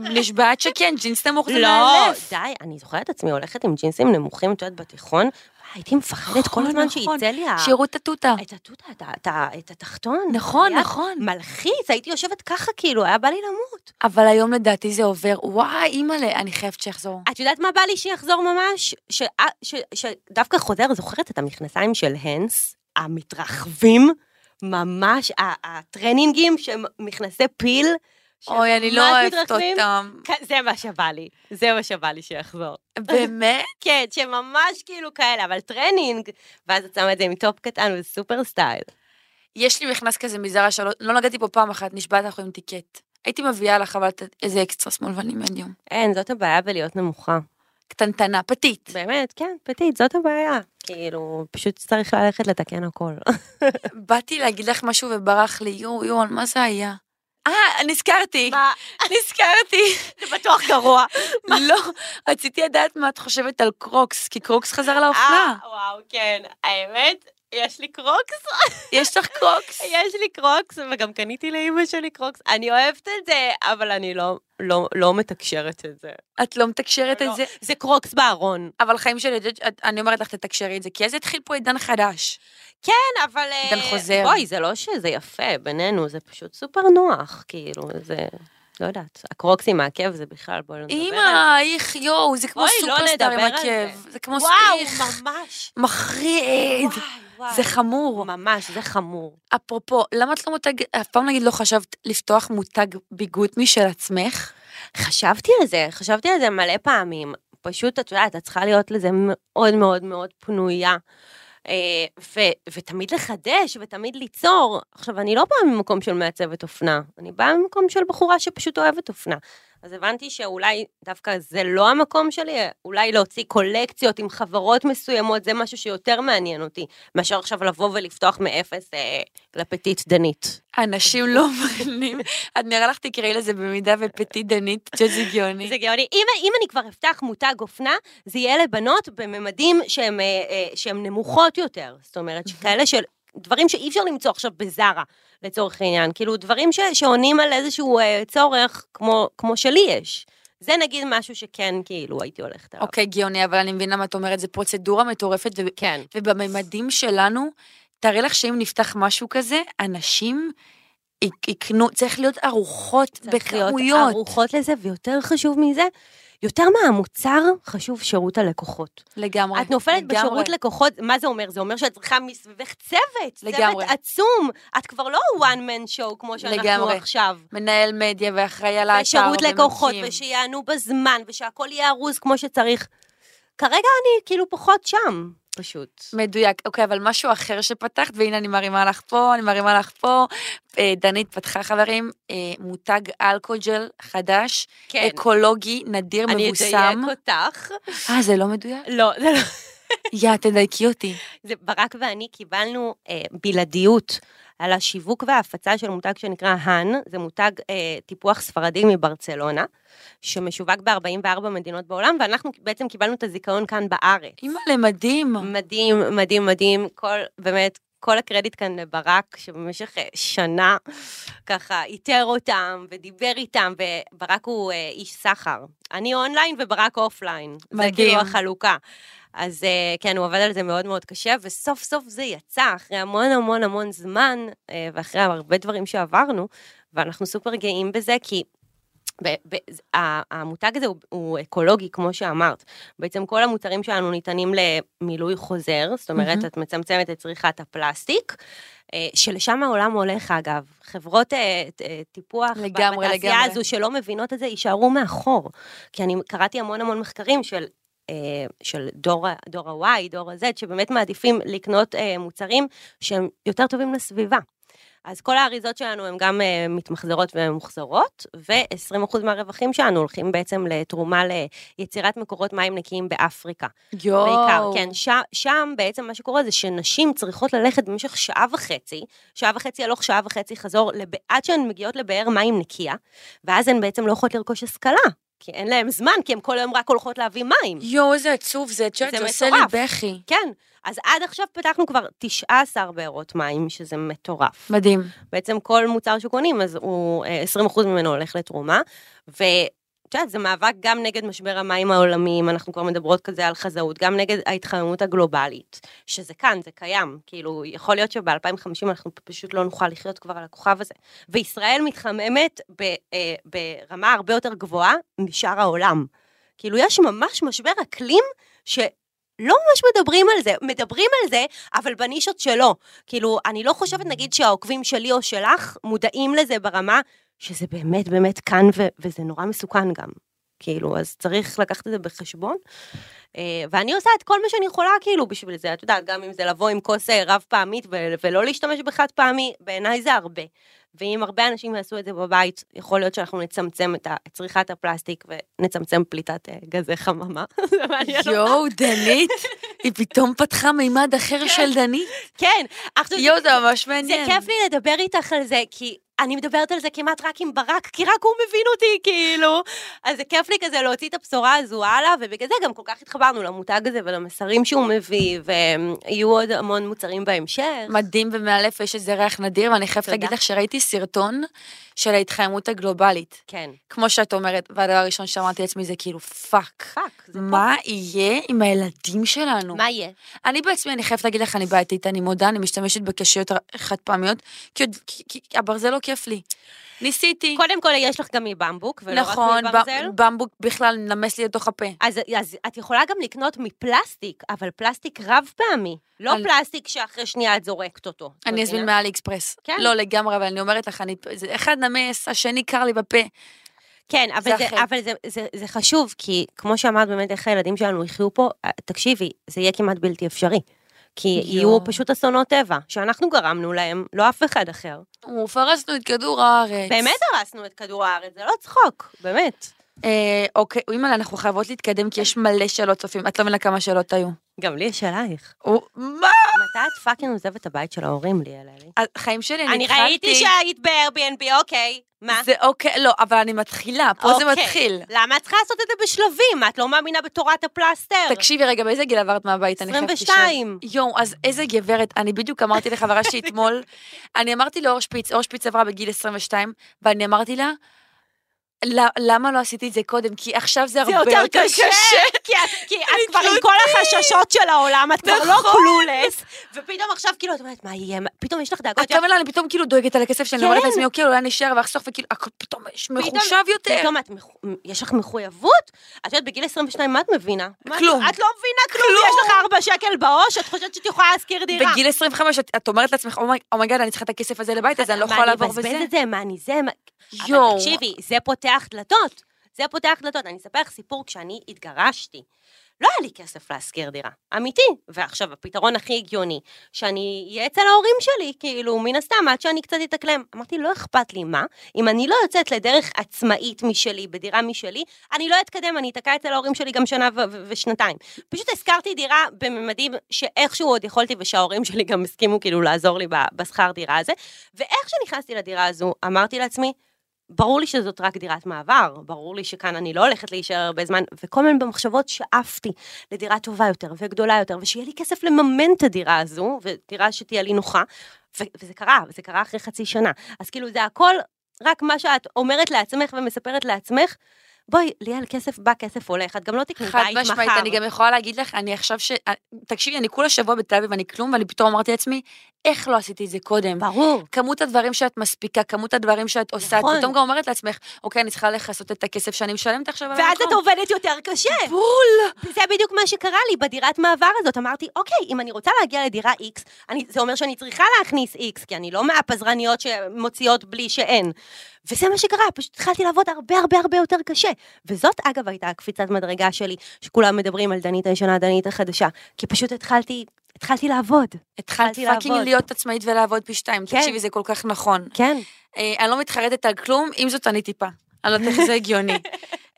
Speaker 3: נשבעת שכן, ג'ינס נמוך זה
Speaker 2: לא,
Speaker 3: מאלף.
Speaker 2: די, אני זוכרת את עצמי הולכת עם ג'ינסים נמוכים, את יודעת, בתיכון, וואי, הייתי מפחדת כל
Speaker 3: נכון,
Speaker 2: הזמן
Speaker 3: נכון.
Speaker 2: שיצא לי ה...
Speaker 3: שיראו את התותה.
Speaker 2: את התותא, את ה- את ה- את התחתון.
Speaker 3: נכון,
Speaker 2: היה
Speaker 3: נכון.
Speaker 2: מלחיץ, הייתי יושבת ככה, כאילו, היה בא לי למות.
Speaker 3: אבל היום לדעתי זה עובר, וואי, אימא'לה, אני חייבת שיחזור.
Speaker 2: את יודעת מה בא לי שיחזור ממש? ש- אה, ש- שדווקא חוזר, זוכרת את המכנסיים של הנס, המתרחבים, ממש, ה- הטרנינגים שהם מכנסי פיל, שהם
Speaker 3: אוי, אני לא
Speaker 2: ממש
Speaker 3: אוהבת
Speaker 2: מתרחבים?
Speaker 3: אותם.
Speaker 2: כ- זה מה שבא לי, זה מה שבא לי שיחזור.
Speaker 3: באמת?
Speaker 2: כן, שממש כאילו כאלה, אבל טרנינג, ואז את שמה את זה עם טופ קטן וזה סופר סטייל.
Speaker 3: יש לי מכנס כזה מזרה שלא לא נגעתי בו פעם אחת, נשבעת אנחנו עם טיקט. הייתי מביאה לך אבל ת- איזה אקסטרה שמאלבני מדיום.
Speaker 2: אין, זאת הבעיה בלהיות נמוכה.
Speaker 3: קטנטנה, פתית.
Speaker 2: באמת, כן, פתית, זאת הבעיה. כאילו, פשוט צריך ללכת לתקן הכל.
Speaker 3: באתי להגיד לך משהו וברח לי, יואו, יואו, על מה זה היה? אה, נזכרתי,
Speaker 2: מה?
Speaker 3: נזכרתי.
Speaker 2: זה בטוח גרוע.
Speaker 3: לא, רציתי לדעת מה את חושבת על קרוקס, כי קרוקס חזר לאופנה.
Speaker 2: וואו, כן. האמת, יש לי קרוקס.
Speaker 3: יש לך קרוקס?
Speaker 2: יש לי קרוקס, וגם קניתי לאימא שלי קרוקס. אני אוהבת את זה, אבל אני לא- לא- לא מתקשרת את זה.
Speaker 3: את לא מתקשרת את
Speaker 2: לא.
Speaker 3: זה?
Speaker 2: זה קרוקס בארון.
Speaker 3: אבל חיים שלי, את יודעת, את- אני אומרת לך, תתקשרי את זה, כי אז התחיל פה עידן חדש.
Speaker 2: כן, אבל... אה,
Speaker 3: עידן חוזר.
Speaker 2: בואי, זה לא שזה יפה בינינו, זה פשוט סופר נוח, כאילו, זה... לא יודעת, הקרוקס עם העקב זה בכלל, בואי לא נדבר על זה.
Speaker 3: אמא, איך, יואו, זה כמו
Speaker 2: אוי, לא
Speaker 3: סופרסטאר עם
Speaker 2: נדבר על זה.
Speaker 3: עקב. זה כמו
Speaker 2: וואו,
Speaker 3: איך,
Speaker 2: ממש.
Speaker 3: מחריד.
Speaker 2: וואי,
Speaker 3: זה חמור.
Speaker 2: ממש, זה חמור.
Speaker 3: אפרופו, למה את לא מותג, אף פעם נגיד לא חשבת לפתוח מותג ביגוד משל עצמך?
Speaker 2: חשבתי על זה, חשבתי על זה מלא פעמים. פשוט, את יודעת, את צריכה להיות לזה מאוד מאוד מאוד פנויה. אה, ו- ותמיד לחדש, ותמיד ליצור. עכשיו, אני לא באה ממקום של מעצבת אופנה, אני באה ממקום של בחורה שפשוט אוהבת אופנה. אז הבנתי שאולי דווקא זה לא המקום שלי, אולי להוציא קולקציות עם חברות מסוימות, זה משהו שיותר מעניין אותי, מאשר עכשיו לבוא ולפתוח מאפס אה, לפטית דנית.
Speaker 3: אנשים לא מבינים. את נראה לך תקראי לזה במידה ופטי דנית, ג'זי גאוני.
Speaker 2: זה גאוני. אם, אם אני כבר אפתח מותג אופנה, זה יהיה לבנות בממדים שהם, אה, אה, שהם נמוכות יותר. זאת אומרת, שכאלה של... דברים שאי אפשר למצוא עכשיו בזארה, לצורך העניין. כאילו, דברים ש, שעונים על איזשהו אה, צורך כמו, כמו שלי יש. זה נגיד משהו שכן, כאילו, הייתי הולכת עליו.
Speaker 3: אוקיי, גאוני, אבל אני מבינה מה את אומרת, זו פרוצדורה מטורפת, ו-
Speaker 2: כן.
Speaker 3: ובממדים שלנו, תארי לך שאם נפתח משהו כזה, אנשים יק- יקנו, צריך להיות ארוחות
Speaker 2: צריך להיות
Speaker 3: בכמויות.
Speaker 2: ערוכות לזה, ויותר חשוב מזה, יותר מהמוצר, חשוב שירות הלקוחות.
Speaker 3: לגמרי.
Speaker 2: את נופלת
Speaker 3: נכון, לגמרי.
Speaker 2: בשירות לקוחות, מה זה אומר? זה אומר שאת צריכה מסביבך צוות,
Speaker 3: לגמרי.
Speaker 2: צוות עצום. את כבר לא one man show כמו שאנחנו
Speaker 3: לגמרי.
Speaker 2: עכשיו.
Speaker 3: מנהל מדיה ואחראי על האתר.
Speaker 2: ושירות לקוחות,
Speaker 3: ומקים.
Speaker 2: ושיענו בזמן, ושהכול יהיה ארוז כמו שצריך. כרגע אני כאילו פחות שם, פשוט.
Speaker 3: מדויק. אוקיי, אבל משהו אחר שפתחת, והנה אני מרימה לך פה, אני מרימה לך פה. אה, דנית פתחה, חברים, אה, מותג אלכוג'ל חדש,
Speaker 2: כן.
Speaker 3: אקולוגי, נדיר,
Speaker 2: אני
Speaker 3: אה, מבוסם.
Speaker 2: אדייק אותך.
Speaker 3: אה, זה לא מדויק?
Speaker 2: לא, זה לא...
Speaker 3: יא, תדייקי אותי.
Speaker 2: זה ברק ואני קיבלנו אה, בלעדיות על השיווק וההפצה של מותג שנקרא האן, זה מותג אה, טיפוח ספרדי מברצלונה, שמשווק ב-44 מדינות בעולם, ואנחנו בעצם קיבלנו את הזיכיון כאן בארץ.
Speaker 3: אימא'לה, מדהים.
Speaker 2: מדהים, מדהים, מדהים, כל, באמת, כל הקרדיט כאן לברק, שבמשך אה, שנה ככה איתר אותם ודיבר איתם, וברק הוא אה, איש סחר. אני אונליין וברק אופליין.
Speaker 3: מדהים.
Speaker 2: זה כאילו החלוקה. אז אה, כן, הוא עבד על זה מאוד מאוד קשה, וסוף סוף זה יצא, אחרי המון המון המון זמן, אה, ואחרי הרבה דברים שעברנו, ואנחנו סופר גאים בזה, כי ב- ב- ז- ה- המותג הזה הוא, הוא אקולוגי, כמו שאמרת. בעצם כל המוצרים שלנו ניתנים למילוי חוזר, זאת אומרת,
Speaker 3: מהמם.
Speaker 2: את מצמצמת את צריכת הפלסטיק, אה, שלשם העולם הולך, אגב. חברות אה, ט- אה, טיפוח
Speaker 3: לגמרי,
Speaker 2: בתעשייה
Speaker 3: לגמרי.
Speaker 2: הזו שלא מבינות את זה, יישארו מאחור. כי אני קראתי המון המון מחקרים של... אה, של דור, ה- דור ה-Y, דור ה-Z, שבאמת מעדיפים לקנות אה, מוצרים שהם יותר טובים לסביבה. אז כל האריזות שלנו הן גם אה, מתמחזרות וממוחזרות, ו-20% מהרווחים שלנו הולכים בעצם לתרומה ליצירת מקורות מים נקיים באפריקה.
Speaker 3: יואו.
Speaker 2: בעיקר, כן. ש- שם בעצם מה שקורה זה שנשים צריכות ללכת במשך שעה וחצי, שעה וחצי הלוך, שעה וחצי חזור, לב... עד שהן מגיעות לבאר מים נקייה, ואז הן בעצם לא יכולות לרכוש השכלה, כי אין להן זמן, כי הן כל היום רק הולכות להביא מים.
Speaker 3: יואו, איזה עצוב זה, את יודעת,
Speaker 2: זה
Speaker 3: זה עושה לי
Speaker 2: מטורף.
Speaker 3: בכי.
Speaker 2: כן, אז עד עכשיו פתחנו כבר 19 בארות מים, שזה מטורף.
Speaker 3: מדהים.
Speaker 2: בעצם כל מוצר שקונים, אז הוא, אה, 20% ממנו הולך לתרומה, ו... את יודעת, זה מאבק גם נגד משבר המים העולמיים, אנחנו כבר מדברות כזה על חזאות, גם נגד ההתחממות הגלובלית, שזה כאן, זה קיים. כאילו, יכול להיות שב-2050 אנחנו פשוט לא נוכל לחיות כבר על הכוכב הזה. וישראל מתחממת ב, אה, ברמה הרבה יותר גבוהה משאר העולם. כאילו, יש ממש משבר אקלים שלא ממש מדברים על זה. מדברים על זה, אבל בנישות שלו. כאילו, אני לא חושבת, נגיד, שהעוקבים שלי או שלך מודעים לזה ברמה שזה באמת באמת כאן, ו- וזה נורא מסוכן גם. כאילו, אז צריך לקחת את זה בחשבון. אה, ואני עושה את כל מה שאני יכולה, כאילו, בשביל זה. את יודעת, גם אם זה לבוא עם כוס אה, רב פעמית ו- ולא להשתמש בחד פעמי, בעיניי זה הרבה. ואם הרבה אנשים יעשו את זה בבית, יכול להיות שאנחנו נצמצם את ה- את צריכת הפלסטיק ונצמצם פליטת אה, גזי חממה. זה מעניין.
Speaker 3: יואו, דנית, היא פתאום פתחה מימד אחר של דנית.
Speaker 2: כן, עכשיו,
Speaker 3: יואו, זה ממש
Speaker 2: זה
Speaker 3: מעניין.
Speaker 2: כיף לי לדבר איתך על זה, כי אני מדברת על זה כמעט רק עם ברק, כי רק הוא מבין אותי, כאילו. אז זה כיף לי כזה להוציא את הבשורה הזו הלאה, ובגלל זה גם כל כך התחברנו למותג הזה ולמסרים שהוא מביא, ויהיו עוד המון מוצרים בהמשך.
Speaker 3: מדהים ומאלף, יש איזה ריח נדיר, ואני חייבת
Speaker 2: תודה.
Speaker 3: להגיד לך שראיתי סרטון של ההתחממות הגלובלית.
Speaker 2: כן.
Speaker 3: כמו שאת אומרת, והדבר הראשון שאמרתי לעצמי זה כאילו, פאק.
Speaker 2: פאק, זה
Speaker 3: מה יהיה עם הילדים שלנו?
Speaker 2: פה. מה יהיה?
Speaker 3: אני בעצמי, אני חייבת להגיד לך, אני בעייתית, אני מודה, אני משתמשת בקשיות חד פעמיות, כי, עוד- כי, כי הברזל לא כיף לי. ניסיתי.
Speaker 2: קודם כל, יש לך גם מבמבוק, ולא
Speaker 3: נכון,
Speaker 2: רק אה, מברזל.
Speaker 3: ב- במבוק בכלל נמס לי לתוך הפה.
Speaker 2: אז, אז את יכולה גם לקנות מפלסטיק, אבל פלסטיק רב פעמי, לא
Speaker 3: על-
Speaker 2: פלסטיק שאחרי שנייה את זורקת אותו. את
Speaker 3: אני אזמין
Speaker 2: מבינה?
Speaker 3: מעלי אקספרס.
Speaker 2: אוקיי. כן.
Speaker 3: לא לגמרי, אבל אני אומרת לך, אני, זה אחד נמס, השני קר לי בפה.
Speaker 2: כן, אבל,
Speaker 3: זה
Speaker 2: זה,
Speaker 3: אחרת.
Speaker 2: אבל זה, זה, זה חשוב, כי כמו שאמרת באמת, איך הילדים שלנו יחיו פה, אה, תקשיבי, זה יהיה כמעט בלתי אפשרי. כי יהיו
Speaker 3: יואו.
Speaker 2: פשוט אסונות טבע, שאנחנו גרמנו להם, לא אף אחד אחר.
Speaker 3: הוא, פרסנו את כדור הארץ.
Speaker 2: באמת הרסנו את כדור הארץ, זה לא צחוק, באמת.
Speaker 3: אה, אוקיי, אימא'לה, אנחנו חייבות להתקדם, כי יש מלא שאלות צופים. את לא מבינה כמה שאלות היו.
Speaker 2: גם לי יש אלייך.
Speaker 3: הוא- מה?
Speaker 2: מתי את פאקינג עוזבת את הבית של ההורים לי, אלי?
Speaker 3: החיים שלי, אני
Speaker 2: אני
Speaker 3: התחלתי.
Speaker 2: ראיתי שהיית ב-Airbnb, אוקיי. מה?
Speaker 3: זה אוקיי, לא, אבל אני מתחילה, פה זה
Speaker 2: אוקיי.
Speaker 3: מתחיל.
Speaker 2: למה את צריכה לעשות את זה בשלבים? את לא מאמינה בתורת הפלסטר.
Speaker 3: תקשיבי רגע, באיזה גיל עברת מהבית? אני חייבת לשאול.
Speaker 2: 22.
Speaker 3: יואו, אז איזה גברת, אני בדיוק אמרתי לחברה שלי אתמול, אני אמרתי לאור שפיץ, אור שפיץ עברה בגיל 22, ואני אמרתי לה, "ל- למה לא עשיתי את זה קודם? כי עכשיו זה הרבה יותר קשה.
Speaker 2: כי את- כי את כבר עם כל החששות של העולם, את כבר לא
Speaker 3: נכון.
Speaker 2: קלולס, ופתאום עכשיו כאילו את אומרת, מה יהיה? מה-" פתאום יש לך דאגות.
Speaker 3: את אומרת לה, אני פתאום כאילו דואגת על הכסף שלי, אני אומרת
Speaker 2: כן.
Speaker 3: לעצמי, אוקיי, אולי נשאר ואחסוך, וכאילו, הכל פתאום יש
Speaker 2: פתאום-
Speaker 3: מחושב יותר.
Speaker 2: פתאום את מחו- יש לך מחויבות? את יודעת, בגיל 22 מה את מבינה? מה את-
Speaker 3: כלום.
Speaker 2: את לא מבינה כלום,
Speaker 3: כלום.
Speaker 2: יש לך 4 שקל בעו"ש, את חושבת שאת יכולה להשכיר דירה.
Speaker 3: בגיל 25 את- את אומרת לעצמך, "אומי- אומייגאד, אני צריכה את הכסף הזה לבית, אז אני לא יכולה לעבור
Speaker 2: מה אני
Speaker 3: בזה.
Speaker 2: מבזבז את זה? מה אני זה? מה- אבל
Speaker 3: יואו.
Speaker 2: תקשיבי, זה פותח דלתות. זה פותח דלתות. אני אספר לך סיפור כשאני התגרשתי. לא היה לי כסף להשכיר דירה, אמיתי. ועכשיו, הפתרון הכי הגיוני, שאני אהיה אצל ההורים שלי, כאילו, מן הסתם, עד שאני קצת אתאקלם. אמרתי, לא אכפת לי מה, אם אני לא יוצאת לדרך עצמאית משלי, בדירה משלי, אני לא אתקדם, אני אתקע אצל ההורים שלי גם שנה ו- ו- ושנתיים. פשוט השכרתי דירה בממדים שאיכשהו עוד יכולתי, ושההורים שלי גם הסכימו כאילו לעזור לי ב- בשכר דירה הזה. ואיך שנכנסתי לדירה הזו, אמרתי לעצמי, ברור לי שזאת רק דירת מעבר, ברור לי שכאן אני לא הולכת להישאר הרבה זמן, וכל מיני במחשבות שאפתי לדירה טובה יותר וגדולה יותר, ושיהיה לי כסף לממן את הדירה הזו, ודירה שתהיה לי נוחה, ו- וזה קרה, וזה קרה אחרי חצי שנה. אז כאילו זה הכל רק מה שאת אומרת לעצמך ומספרת לעצמך, בואי, ליאל, כסף בא, כסף הולך, את גם לא תקני
Speaker 3: חד
Speaker 2: בית מחר.
Speaker 3: משמעית, אני גם יכולה להגיד לך, אני עכשיו ש... אה, תקשיבי, אני כולה שבוע בתל אביב, אני כלום, ואני פתאום אמרתי לעצמי, איך לא עשיתי את זה קודם?
Speaker 2: ברור.
Speaker 3: כמות הדברים שאת מספיקה, כמות הדברים שאת עושה, את
Speaker 2: נכון.
Speaker 3: פתאום גם אומרת לעצמך, אוקיי, אני צריכה לכסות את הכסף שאני משלמת עכשיו על
Speaker 2: ואז את עובדת יותר קשה.
Speaker 3: בול!
Speaker 2: זה בדיוק מה שקרה לי בדירת מעבר הזאת. אמרתי, אוקיי, אם אני רוצה להגיע לדירה X, אני, זה אומר שאני צריכה להכניס X, כי אני לא מהפזרניות שמוציאות בלי שאין. וזה מה שקרה, פשוט התחלתי לעבוד הרבה הרבה הרבה יותר קשה. וזאת, אגב, הייתה הקפיצת מדרגה שלי, שכולם מדברים על דנית הישנה, דנית החדשה. כי פשוט התחלתי, התחלתי לעבוד.
Speaker 3: התחלת
Speaker 2: התחלתי
Speaker 3: פאקינג
Speaker 2: לעבוד.
Speaker 3: להיות עצמאית ולעבוד פי שתיים,
Speaker 2: כן.
Speaker 3: תקשיבי, זה כל כך נכון.
Speaker 2: כן.
Speaker 3: אה, אני לא מתחרטת על כלום, עם זאת אני טיפה. אני לא יודעת איך זה הגיוני.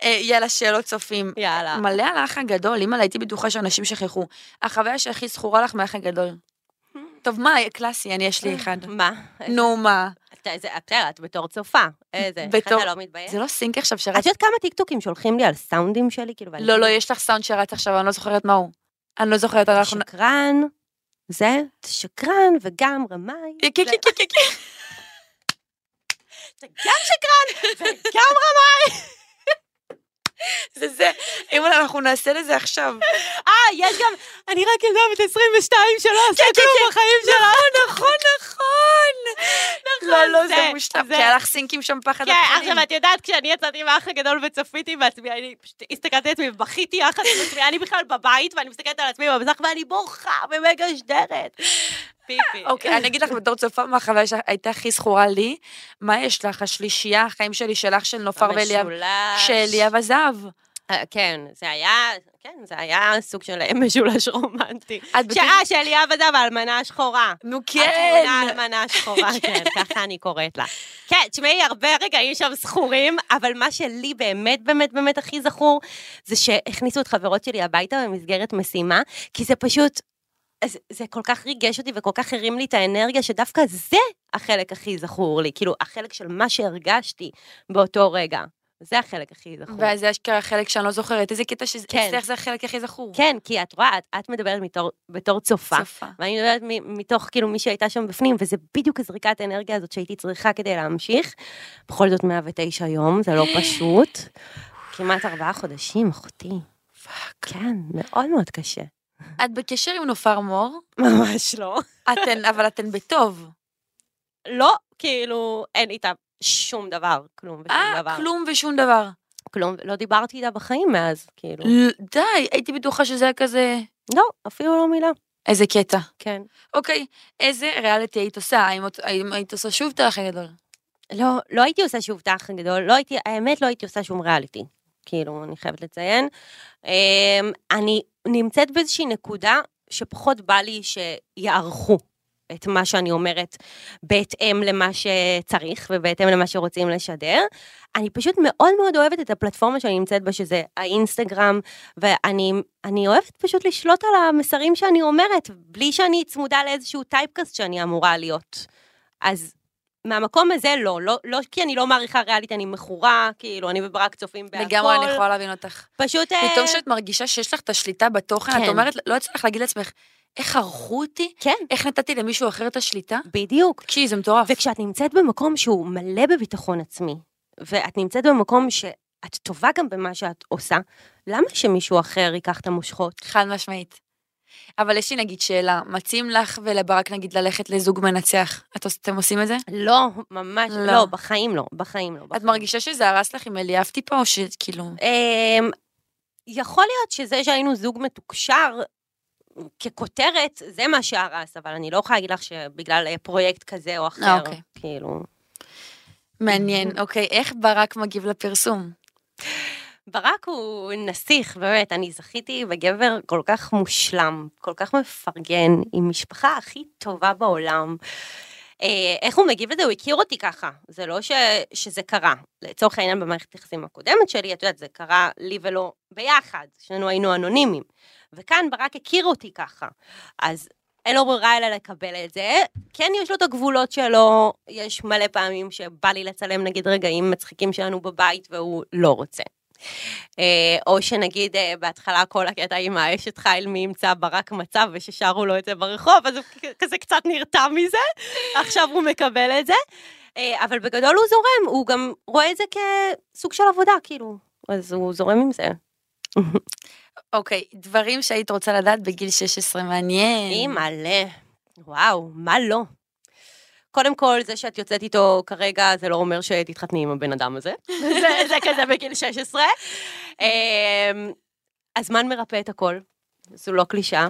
Speaker 3: אה, יאללה, שאלות צופים.
Speaker 2: יאללה.
Speaker 3: מלא על האח הגדול, אימא'לה, הייתי בטוחה שאנשים שכחו. החוויה שהכי זכורה לך מהאח הגדול. טוב, מה, קלאסי, אני, יש לי אחד.
Speaker 2: מה?
Speaker 3: נו, מה?
Speaker 2: אתה- זה- בסדר, את בתור צופה. איזה, איך
Speaker 3: בתור-
Speaker 2: אתה לא מתבייש?
Speaker 3: זה לא סינק עכשיו
Speaker 2: את
Speaker 3: שרץ?
Speaker 2: יודעת כמה טיקטוקים שולחים לי על סאונדים שלי? כאילו, ואני-
Speaker 3: לא, לא, יש לך סאונד שרץ עכשיו, אני לא זוכרת מה הוא. אני לא זוכרת, אנחנו...
Speaker 2: שקרן, זה, שקרן וגם רמאי.
Speaker 3: כן, כן, כן, כן, כן.
Speaker 2: אתה גם שקרן וגם רמאי.
Speaker 3: כן, זה זה. אימא'לה, אנחנו נעשה לזה עכשיו.
Speaker 2: אה, יש גם, אני רק ילדה בת 22 שלא עושה כלום בחיים שלה. כן, נכון, נכון, נכון.
Speaker 3: לא, לא, זה
Speaker 2: זה-
Speaker 3: מושלם.
Speaker 2: זה-
Speaker 3: כי היה לך סינקים שם פחד
Speaker 2: כן,
Speaker 3: הבחינים.
Speaker 2: עכשיו את יודעת, כשאני יצאתי מהאח הגדול וצפיתי בעצמי, אני פשוט הסתכלתי על עצמי ובכיתי יחד עם עצמי, אני בכלל בבית, ואני מסתכלת על עצמי במזרח ואני בורחה במגשדרת. פיפי.
Speaker 3: אוקיי, אני אגיד לך בתור צופה מה החוויה שהייתה הכי זכורה לי. מה יש לך? השלישייה, החיים שלי, שלך, של נופר ואליאב.
Speaker 2: המשולש.
Speaker 3: שאליאב עזב.
Speaker 2: אה, כן, זה היה, כן, זה היה סוג של משולש רומנטי.
Speaker 3: את בקשר-
Speaker 2: שעה של יעבדה והאלמנה השחורה.
Speaker 3: נו
Speaker 2: כן.
Speaker 3: כן.
Speaker 2: התמונה האלמנה השחורה, כן, ככה אני קוראת לה. כן, תשמעי, הרבה רגעים שם זכורים, אבל מה שלי באמת באמת באמת הכי זכור, זה שהכניסו את חברות שלי הביתה במסגרת משימה, כי זה פשוט, זה, זה כל כך ריגש אותי וכל כך הרים לי את האנרגיה, שדווקא זה החלק הכי זכור לי, כאילו, החלק של מה שהרגשתי באותו רגע. זה החלק הכי זכור.
Speaker 3: ואז זה אשכרה חלק שאני לא זוכרת, איזה קטע שזה,
Speaker 2: כן.
Speaker 3: אצלך זה החלק הכי זכור.
Speaker 2: כן, כי את רואה, את, את מדברת מתור, בתור צופה.
Speaker 3: צופה.
Speaker 2: ואני מדברת מ- מתוך כאילו מי שהייתה שם בפנים, וזה בדיוק הזריקת האנרגיה הזאת שהייתי צריכה כדי להמשיך. בכל זאת 109 יום, זה לא פשוט. כמעט ארבעה חודשים, אחותי.
Speaker 3: פאק.
Speaker 2: כן, מאוד מאוד קשה.
Speaker 3: את בקשר עם נופר מור,
Speaker 2: ממש לא.
Speaker 3: אתן, אבל אתן בטוב.
Speaker 2: לא, כאילו, אין איתה שום דבר, כלום ושום דבר.
Speaker 3: אה, כלום ושום דבר.
Speaker 2: כלום, לא דיברתי איתה בחיים מאז, כאילו.
Speaker 3: ל- די, הייתי בטוחה שזה היה כזה...
Speaker 2: לא, אפילו לא מילה.
Speaker 3: איזה קטע.
Speaker 2: כן.
Speaker 3: אוקיי, איזה ריאליטי היית עושה? האם את- האם היית עושה שוב את האח הגדול?
Speaker 2: לא, לא הייתי עושה שוב את האח הגדול, לא הייתי, האמת לא הייתי עושה שום ריאליטי, כאילו, אני חייבת לציין. אמ, אני נמצאת באיזושהי נקודה שפחות בא לי שיערכו את מה שאני אומרת בהתאם למה שצריך ובהתאם למה שרוצים לשדר. אני פשוט מאוד מאוד אוהבת את הפלטפורמה שאני נמצאת בה, שזה האינסטגרם, ואני אני אוהבת פשוט לשלוט על המסרים שאני אומרת, בלי שאני צמודה לאיזשהו טייפקאסט שאני אמורה להיות. אז מהמקום הזה לא, לא, לא כי אני לא מעריכה ריאלית, אני מכורה, כאילו, אני וברק צופים בהכל.
Speaker 3: לגמרי, אני יכולה להבין אותך.
Speaker 2: פשוט... אה,
Speaker 3: פתאום כשאת מרגישה שיש לך את השליטה בתוכן, את
Speaker 2: כן.
Speaker 3: אומרת, לא יצא לך להגיד לעצמך, איך ערכו אותי?
Speaker 2: כן,
Speaker 3: איך נתתי למישהו אחר את השליטה?
Speaker 2: בדיוק.
Speaker 3: תקשיבי, זה מטורף.
Speaker 2: וכשאת נמצאת במקום שהוא מלא בביטחון עצמי, ואת נמצאת במקום שאת טובה גם במה שאת עושה, למה שמישהו אחר ייקח את המושכות?
Speaker 3: חד משמעית. אבל יש לי נגיד שאלה, מציעים לך ולברק נגיד ללכת לזוג מנצח, את עוש- אתם עושים את זה?
Speaker 2: לא, ממש
Speaker 3: לא.
Speaker 2: לא, לא בחיים לא, בחיים לא.
Speaker 3: את
Speaker 2: בחיים.
Speaker 3: מרגישה שזה הרס לך עם אליאב טיפה, או כאילו? שכאילו...
Speaker 2: אמ, יכול להיות שזה שהיינו זוג מתוקשר, ככותרת, זה מה שהרס, אבל אני לא יכולה להגיד לך שבגלל אה, פרויקט כזה או אחר,
Speaker 3: אוקיי.
Speaker 2: כאילו...
Speaker 3: מעניין, אוקיי, איך ברק מגיב לפרסום?
Speaker 2: ברק הוא נסיך, באמת, אני זכיתי בגבר כל כך מושלם, כל כך מפרגן, עם משפחה הכי טובה בעולם. אה, איך הוא מגיב לזה? הוא הכיר אותי ככה, זה לא ש, שזה קרה. לצורך העניין במערכת היחסים הקודמת שלי, את יודעת, זה קרה לי ולא ביחד, שנינו היינו אנונימיים. וכאן ברק הכיר אותי ככה. אז אין לו ברירה אלא לקבל את זה. כן, יש לו את הגבולות שלו, יש מלא פעמים שבא לי לצלם נגיד רגעים מצחיקים שלנו בבית והוא לא רוצה. אה, או שנגיד אה, בהתחלה כל הקטע עם האשת חיל מי ימצא ברק מצב וששרו לו את זה ברחוב, אז הוא כ- כזה קצת נרתע מזה, עכשיו הוא מקבל את זה. אה, אבל בגדול הוא זורם, הוא גם רואה את זה כסוג של עבודה, כאילו. אז הוא זורם עם זה.
Speaker 3: אוקיי, דברים שהיית רוצה לדעת בגיל 16, מעניין.
Speaker 2: היא מלא. וואו, מה לא? קודם כל, זה שאת יוצאת איתו כרגע, זה לא אומר שתתחתני עם הבן אדם הזה. זה, זה כזה בגיל 16. אמ, הזמן מרפא את הכל, זו לא קלישאה.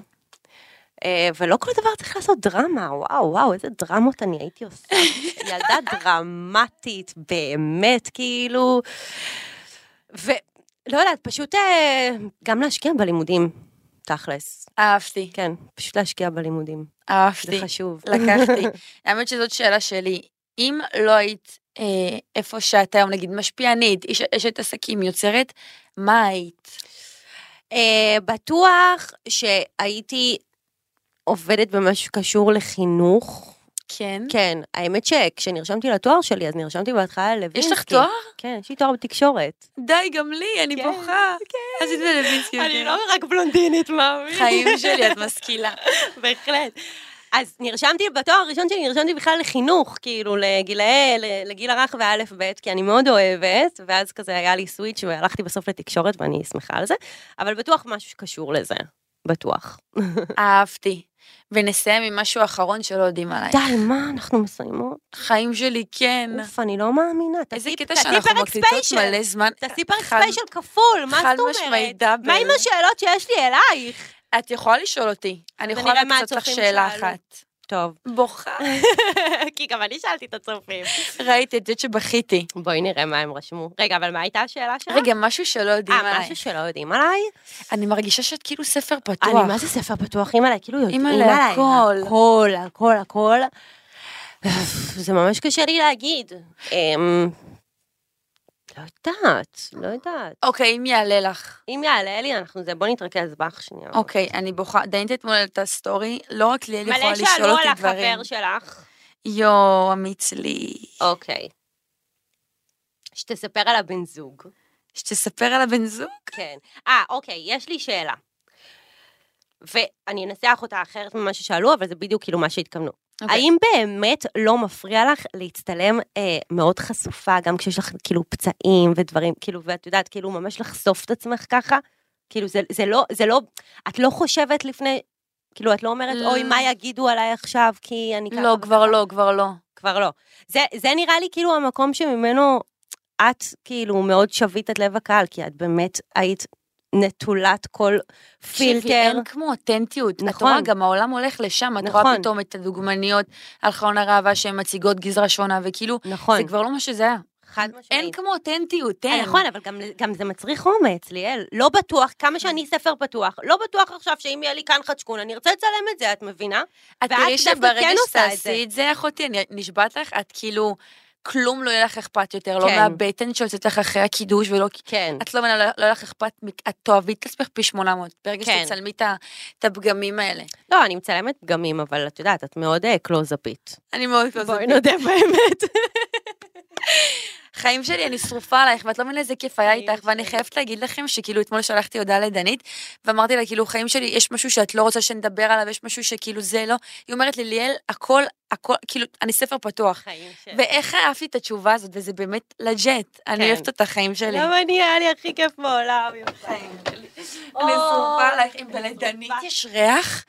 Speaker 2: אה, ולא כל דבר צריך לעשות דרמה, וואו, וואו, איזה דרמות אני הייתי עושה. ילדה דרמטית, באמת, כאילו. ולא יודעת, פשוט אה, גם להשקיע בלימודים, תכלס.
Speaker 3: אהבתי,
Speaker 2: כן, פשוט להשקיע בלימודים, זה
Speaker 3: אהבתי,
Speaker 2: חשוב.
Speaker 3: לקחתי. האמת שזאת שאלה שלי. אם לא היית אה, איפה שאת היום, נגיד משפיענית, איש- אשת עסקים, יוצרת, מה היית?
Speaker 2: אה, בטוח שהייתי עובדת במה שקשור לחינוך.
Speaker 3: כן.
Speaker 2: כן, האמת שכשנרשמתי לתואר שלי, אז נרשמתי בהתחלה ללווינסקי.
Speaker 3: יש לך תואר?
Speaker 2: כן, יש לי תואר בתקשורת. די,
Speaker 3: גם לי, אני
Speaker 2: כן, לא
Speaker 3: בוכה. כן. אז את בלווינסקי. אוקיי.
Speaker 2: רק בלונדינית, מאמין.
Speaker 3: חיים שלי, את משכילה.
Speaker 2: בהחלט. אז נרשמתי, בתואר הראשון שלי נרשמתי בכלל לחינוך, כאילו לגילאי, ל- לגיל הרך ואלף בית, כי אני מאוד אוהבת, ואז כזה היה לי סוויץ' והלכתי בסוף לתקשורת ואני שמחה על זה, אבל בטוח משהו שקשור לזה, בטוח.
Speaker 3: אהבתי. ונסיים עם משהו אחרון שלא יודעים עליי.
Speaker 2: די, מה, אנחנו מסיימות?
Speaker 3: חיים שלי, כן.
Speaker 2: אוף, אני לא מאמינה.
Speaker 3: איזה
Speaker 2: תעשי-
Speaker 3: קטע
Speaker 2: תעשי
Speaker 3: שאנחנו
Speaker 2: פרק
Speaker 3: מקליטות
Speaker 2: ספיישל.
Speaker 3: מלא זמן.
Speaker 2: תעשי פרק
Speaker 3: חד-
Speaker 2: ספיישל כפול, מה
Speaker 3: חד
Speaker 2: זאת אומרת?
Speaker 3: משמעית, דאבל.
Speaker 2: מה עם השאלות שיש לי אלייך?
Speaker 3: את יכולה לשאול אותי. אני
Speaker 2: אז
Speaker 3: יכולה
Speaker 2: נראה מה
Speaker 3: לקצות לך
Speaker 2: הצופים
Speaker 3: שאלה
Speaker 2: שאלו.
Speaker 3: אחת.
Speaker 2: טוב.
Speaker 3: בוכה.
Speaker 2: כי גם אני שאלתי את הצופים.
Speaker 3: ראיתי את זה שבכיתי.
Speaker 2: בואי נראה מה הם רשמו. רגע, אבל מה הייתה השאלה שלך?
Speaker 3: רגע, משהו שלא יודעים
Speaker 2: אה,
Speaker 3: עליי.
Speaker 2: משהו שלא יודעים עליי?
Speaker 3: אני מרגישה שאת כאילו ספר פתוח.
Speaker 2: אני מה זה ספר פתוח, אימא עליי, כאילו יודעים
Speaker 3: אימא'לה,
Speaker 2: עליי.
Speaker 3: הכל.
Speaker 2: הכל, הכל, הכל. זה ממש קשה לי להגיד. אמ, לא יודעת, לא יודעת.
Speaker 3: אוקיי, אם יעלה לך.
Speaker 2: אם יעלה לי, אנחנו זה, בוא נתרכז בך שנייה.
Speaker 3: אוקיי, אני בוכה. דיינתי אתמול את הסטורי, לא רק ליאל יכולה
Speaker 2: מלא
Speaker 3: לשאול
Speaker 2: שאלו על
Speaker 3: אותי דברים.
Speaker 2: החבר שלך.
Speaker 3: יואו, אמיץ לי.
Speaker 2: אוקיי. שתספר על הבן זוג.
Speaker 3: שתספר על הבן זוג?
Speaker 2: כן. אה, אוקיי, יש לי שאלה. ואני אנסח אותה אחרת ממה ששאלו, אבל זה בדיוק כאילו מה שהתכוונו.
Speaker 3: אוקיי.
Speaker 2: האם באמת לא מפריע לך להצטלם אה, מאוד חשופה, גם כשיש לך כאילו פצעים ודברים, כאילו, ואת יודעת, כאילו, ממש לחשוף את עצמך ככה? כאילו, זה, זה לא, זה לא, את לא חושבת לפני, כאילו, את לא אומרת,
Speaker 3: לא.
Speaker 2: אוי, מה יגידו עליי עכשיו, כי אני ככה...
Speaker 3: לא,
Speaker 2: וככה"?
Speaker 3: כבר לא, כבר לא.
Speaker 2: כבר לא. זה, זה נראה לי כאילו המקום שממנו את כאילו מאוד שבית את לב הקהל, כי את באמת היית נטולת כל
Speaker 3: תקשיבי,
Speaker 2: פילטר.
Speaker 3: אין כמו אותנטיות. נכון. את
Speaker 2: נכון.
Speaker 3: רואה, גם העולם הולך לשם, את רואה
Speaker 2: נכון.
Speaker 3: פתאום את הדוגמניות על חרון הראווה שהן מציגות גזרה שונה, וכאילו,
Speaker 2: נכון,
Speaker 3: זה כבר לא מה שזה היה.
Speaker 2: חד משמעית.
Speaker 3: אין כן. כמו אותנטיות,
Speaker 2: אה,
Speaker 3: אין.
Speaker 2: נכון, אבל גם, גם זה מצריך אומץ, ליאל. לא בטוח, כמה שאני
Speaker 3: כן.
Speaker 2: ספר פתוח, לא בטוח עכשיו שאם יהיה לי כאן חדשקון, אני ארצה לצלם את זה, את מבינה?
Speaker 3: את
Speaker 2: ואת
Speaker 3: תראי
Speaker 2: דווקא
Speaker 3: שברגע
Speaker 2: כן עושה את
Speaker 3: שתעשי את זה, אחותי, אני נשבעת לך, את כאילו, כלום לא יהיה לך אכפת יותר, לא
Speaker 2: כן.
Speaker 3: מהבטן שיוצאת לך אחרי הקידוש, ולא...
Speaker 2: כן.
Speaker 3: את לא מבינה, לא- לא יהיה לך אכפת, מ- את תאהבי את עצמך פי 800, ברגע
Speaker 2: כן.
Speaker 3: שתצלמי את ה- את הפגמים האלה.
Speaker 2: לא, אני מצלמת פגמים, אבל את יודעת, את מאוד אה, קלוזאפית.
Speaker 3: אני מאוד כזאת.
Speaker 2: נודה באמת.
Speaker 3: חיים שלי, אני שרופה עלייך, ואת לא מבינה איזה כיף היה
Speaker 2: חיים
Speaker 3: איתך, ואני
Speaker 2: שלי.
Speaker 3: חייבת להגיד לכם שכאילו אתמול שלחתי הודעה לדנית, ואמרתי לה, כאילו, חיים שלי, יש משהו שאת לא רוצה שנדבר עליו, יש משהו שכאילו זה לא. היא אומרת לי, ליאל, הכל, הכל, כאילו, אני ספר פתוח.
Speaker 2: חיים שלי. כן.
Speaker 3: ואיך אהבתי את התשובה הזאת, וזה באמת לג'ט. אני אוהבת את החיים שלי.
Speaker 2: למה אני, היה לי הכי כיף בעולם.
Speaker 3: אני שרופה עלייך, אם בלדנית יש ריח,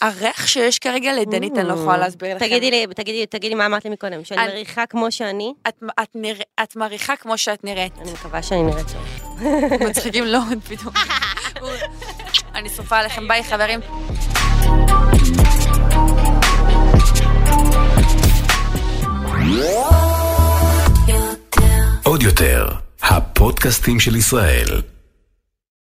Speaker 3: הריח שיש כרגע לדנית, אני לא יכולה להסביר לכם.
Speaker 2: Mm. תגידי לי, תגידי, תגידי מה אמרת לי מקודם, שאני
Speaker 3: אני-
Speaker 2: מריחה כמו שאני?
Speaker 3: את- את נרא- את מריחה כמו שאת נראית.
Speaker 2: אני מקווה שאני נראית שם.
Speaker 3: מצחיקים לא עוד פתאום. אני שרופה עליכם, ביי חברים.
Speaker 1: עוד יותר, הפודקאסטים של ישראל.